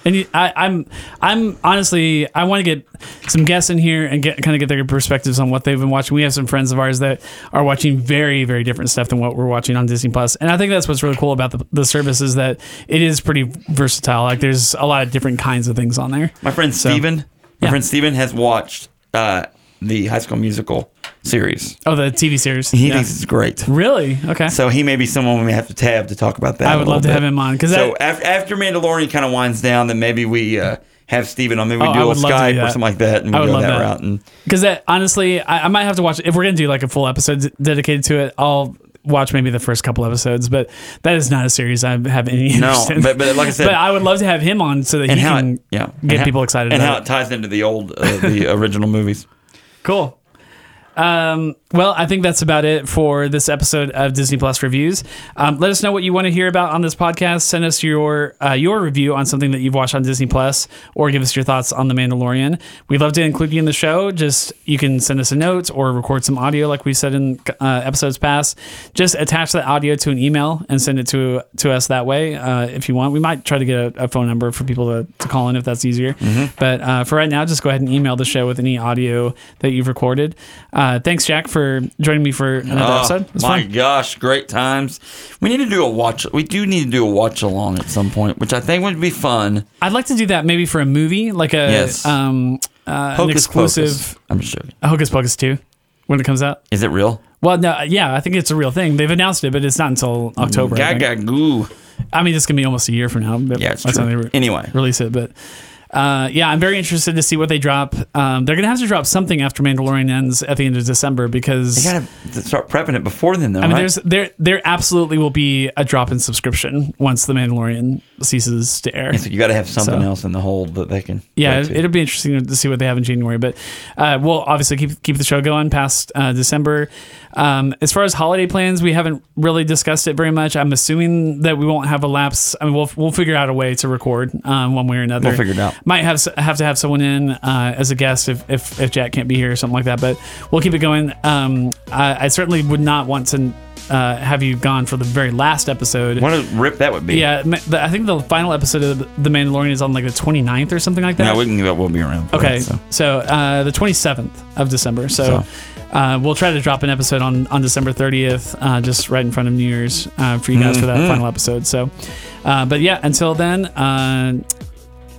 Speaker 1: And you, I, I'm, I'm honestly, I want to get some guests in here and get kind of get their perspectives on what they've been watching. We have some friends of ours that are watching very, very different stuff than what we're watching on Disney Plus, and I think that's what's really cool about the, the service is that it is pretty versatile. Like, there's a lot of different kinds of things on there.
Speaker 2: My friend Steven, my
Speaker 1: Yeah.
Speaker 2: friend Steven has watched uh, the High School Musical series.
Speaker 1: Oh, the TV series.
Speaker 2: He
Speaker 1: Yeah.
Speaker 2: thinks it's great.
Speaker 1: Really? Okay.
Speaker 2: So he may be someone we may have to tab to talk about that.
Speaker 1: I
Speaker 2: a
Speaker 1: would
Speaker 2: little
Speaker 1: love to
Speaker 2: bit.
Speaker 1: have him on, 'cause
Speaker 2: so
Speaker 1: that-
Speaker 2: af- after Mandalorian kind of winds down, then maybe we uh, have Steven on. Maybe we
Speaker 1: Oh, I
Speaker 2: do a
Speaker 1: would love to do
Speaker 2: Skype or
Speaker 1: that.
Speaker 2: something like that, and we
Speaker 1: I would
Speaker 2: go
Speaker 1: love
Speaker 2: that,
Speaker 1: that.
Speaker 2: route. And
Speaker 1: Because that honestly, I, I might have to watch. If we're gonna do like a full episode d- dedicated to it, I'll watch maybe the first couple episodes. But that is not a series I have any interest in.
Speaker 2: but- but like I said-
Speaker 1: but I would love to have him on so that
Speaker 2: and
Speaker 1: he
Speaker 2: how
Speaker 1: can
Speaker 2: it, yeah
Speaker 1: get
Speaker 2: and how-
Speaker 1: people excited.
Speaker 2: and
Speaker 1: about
Speaker 2: how
Speaker 1: it.
Speaker 2: it ties into the old uh, the original movies.
Speaker 1: Cool. Um, well, I think that's about it for this episode of Disney Plus reviews. Um, let us know what you want to hear about on this podcast. Send us your uh, your review on something that you've watched on Disney Plus, or give us your thoughts on The Mandalorian. We'd love to include you in the show. Just you can send us a note or record some audio, like we said in uh, episodes past. Just attach that audio to an email and send it to to us that way uh, if you want. We might try to get a, a phone number for people to, to call in if that's easier.
Speaker 2: Mm-hmm.
Speaker 1: But uh, for right now, just go ahead and email the show with any audio that you've recorded. Uh, thanks, Jack, for joining me for another
Speaker 2: Oh,
Speaker 1: episode. It's
Speaker 2: my
Speaker 1: fun.
Speaker 2: gosh, great times. We need to do a watch. We do need to do a watch along at some point, which I think would be fun.
Speaker 1: I'd like to do that maybe for a movie, like a
Speaker 2: Yes.
Speaker 1: um, uh, an
Speaker 2: Hocus
Speaker 1: exclusive
Speaker 2: Pocus. I'm just joking.
Speaker 1: Hocus Pocus two when it comes out.
Speaker 2: Is it real?
Speaker 1: Well, no, yeah, I think it's a real thing. They've announced it, but it's not until October. I, think.
Speaker 2: Gaga goo.
Speaker 1: I mean, it's gonna be almost a year from now. But
Speaker 2: Yeah, it's
Speaker 1: that's
Speaker 2: true.
Speaker 1: when they re-
Speaker 2: Anyway,
Speaker 1: release it, but. Uh, yeah, I'm very interested to see what they drop. Um, they're gonna have to drop something after Mandalorian ends at the end of December because
Speaker 2: you gotta start prepping it before then, though.
Speaker 1: I mean,
Speaker 2: right?
Speaker 1: there's there there absolutely will be a drop in subscription once the Mandalorian ceases to air.
Speaker 2: So you got to have something
Speaker 1: So-
Speaker 2: else in the hold that they can.
Speaker 1: Yeah,
Speaker 2: go to.
Speaker 1: it'll be interesting to see what they have in January, but uh, we'll obviously keep keep the show going past uh, December. Um, as far as holiday plans, we haven't really discussed it very much. I'm assuming that we won't have a lapse. I mean, we'll we'll figure out a way to record um, one way or another.
Speaker 2: We'll figure it out.
Speaker 1: Might have s- have to have someone in uh, as a guest if, if if Jack can't be here or something like that. But we'll keep it going. Um, I, I certainly would not want to uh, have you gone for the very last episode.
Speaker 2: what a rip that would be.
Speaker 1: Yeah, ma- the- I think the final episode of The The Mandalorian is on like the 29th or something like that.
Speaker 2: No, we can give up. We'll be around. for
Speaker 1: Okay,
Speaker 2: that,
Speaker 1: so,
Speaker 2: so.
Speaker 1: uh, the 27th of December. So, Uh, we'll try to drop an episode on, on December 30th, uh, just right in front of New Year's uh, for you guys for that final episode. So, uh, but yeah, until then, uh,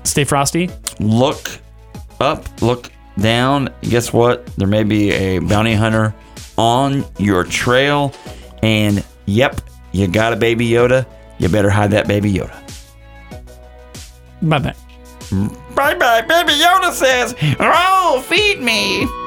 Speaker 1: stay frosty.
Speaker 2: Look up, look down. Guess what? There may be a bounty hunter on your trail. And yep, you got a baby Yoda. You better hide that baby Yoda.
Speaker 1: Bye bye.
Speaker 2: Bye bye, baby Yoda says, Oh, feed me.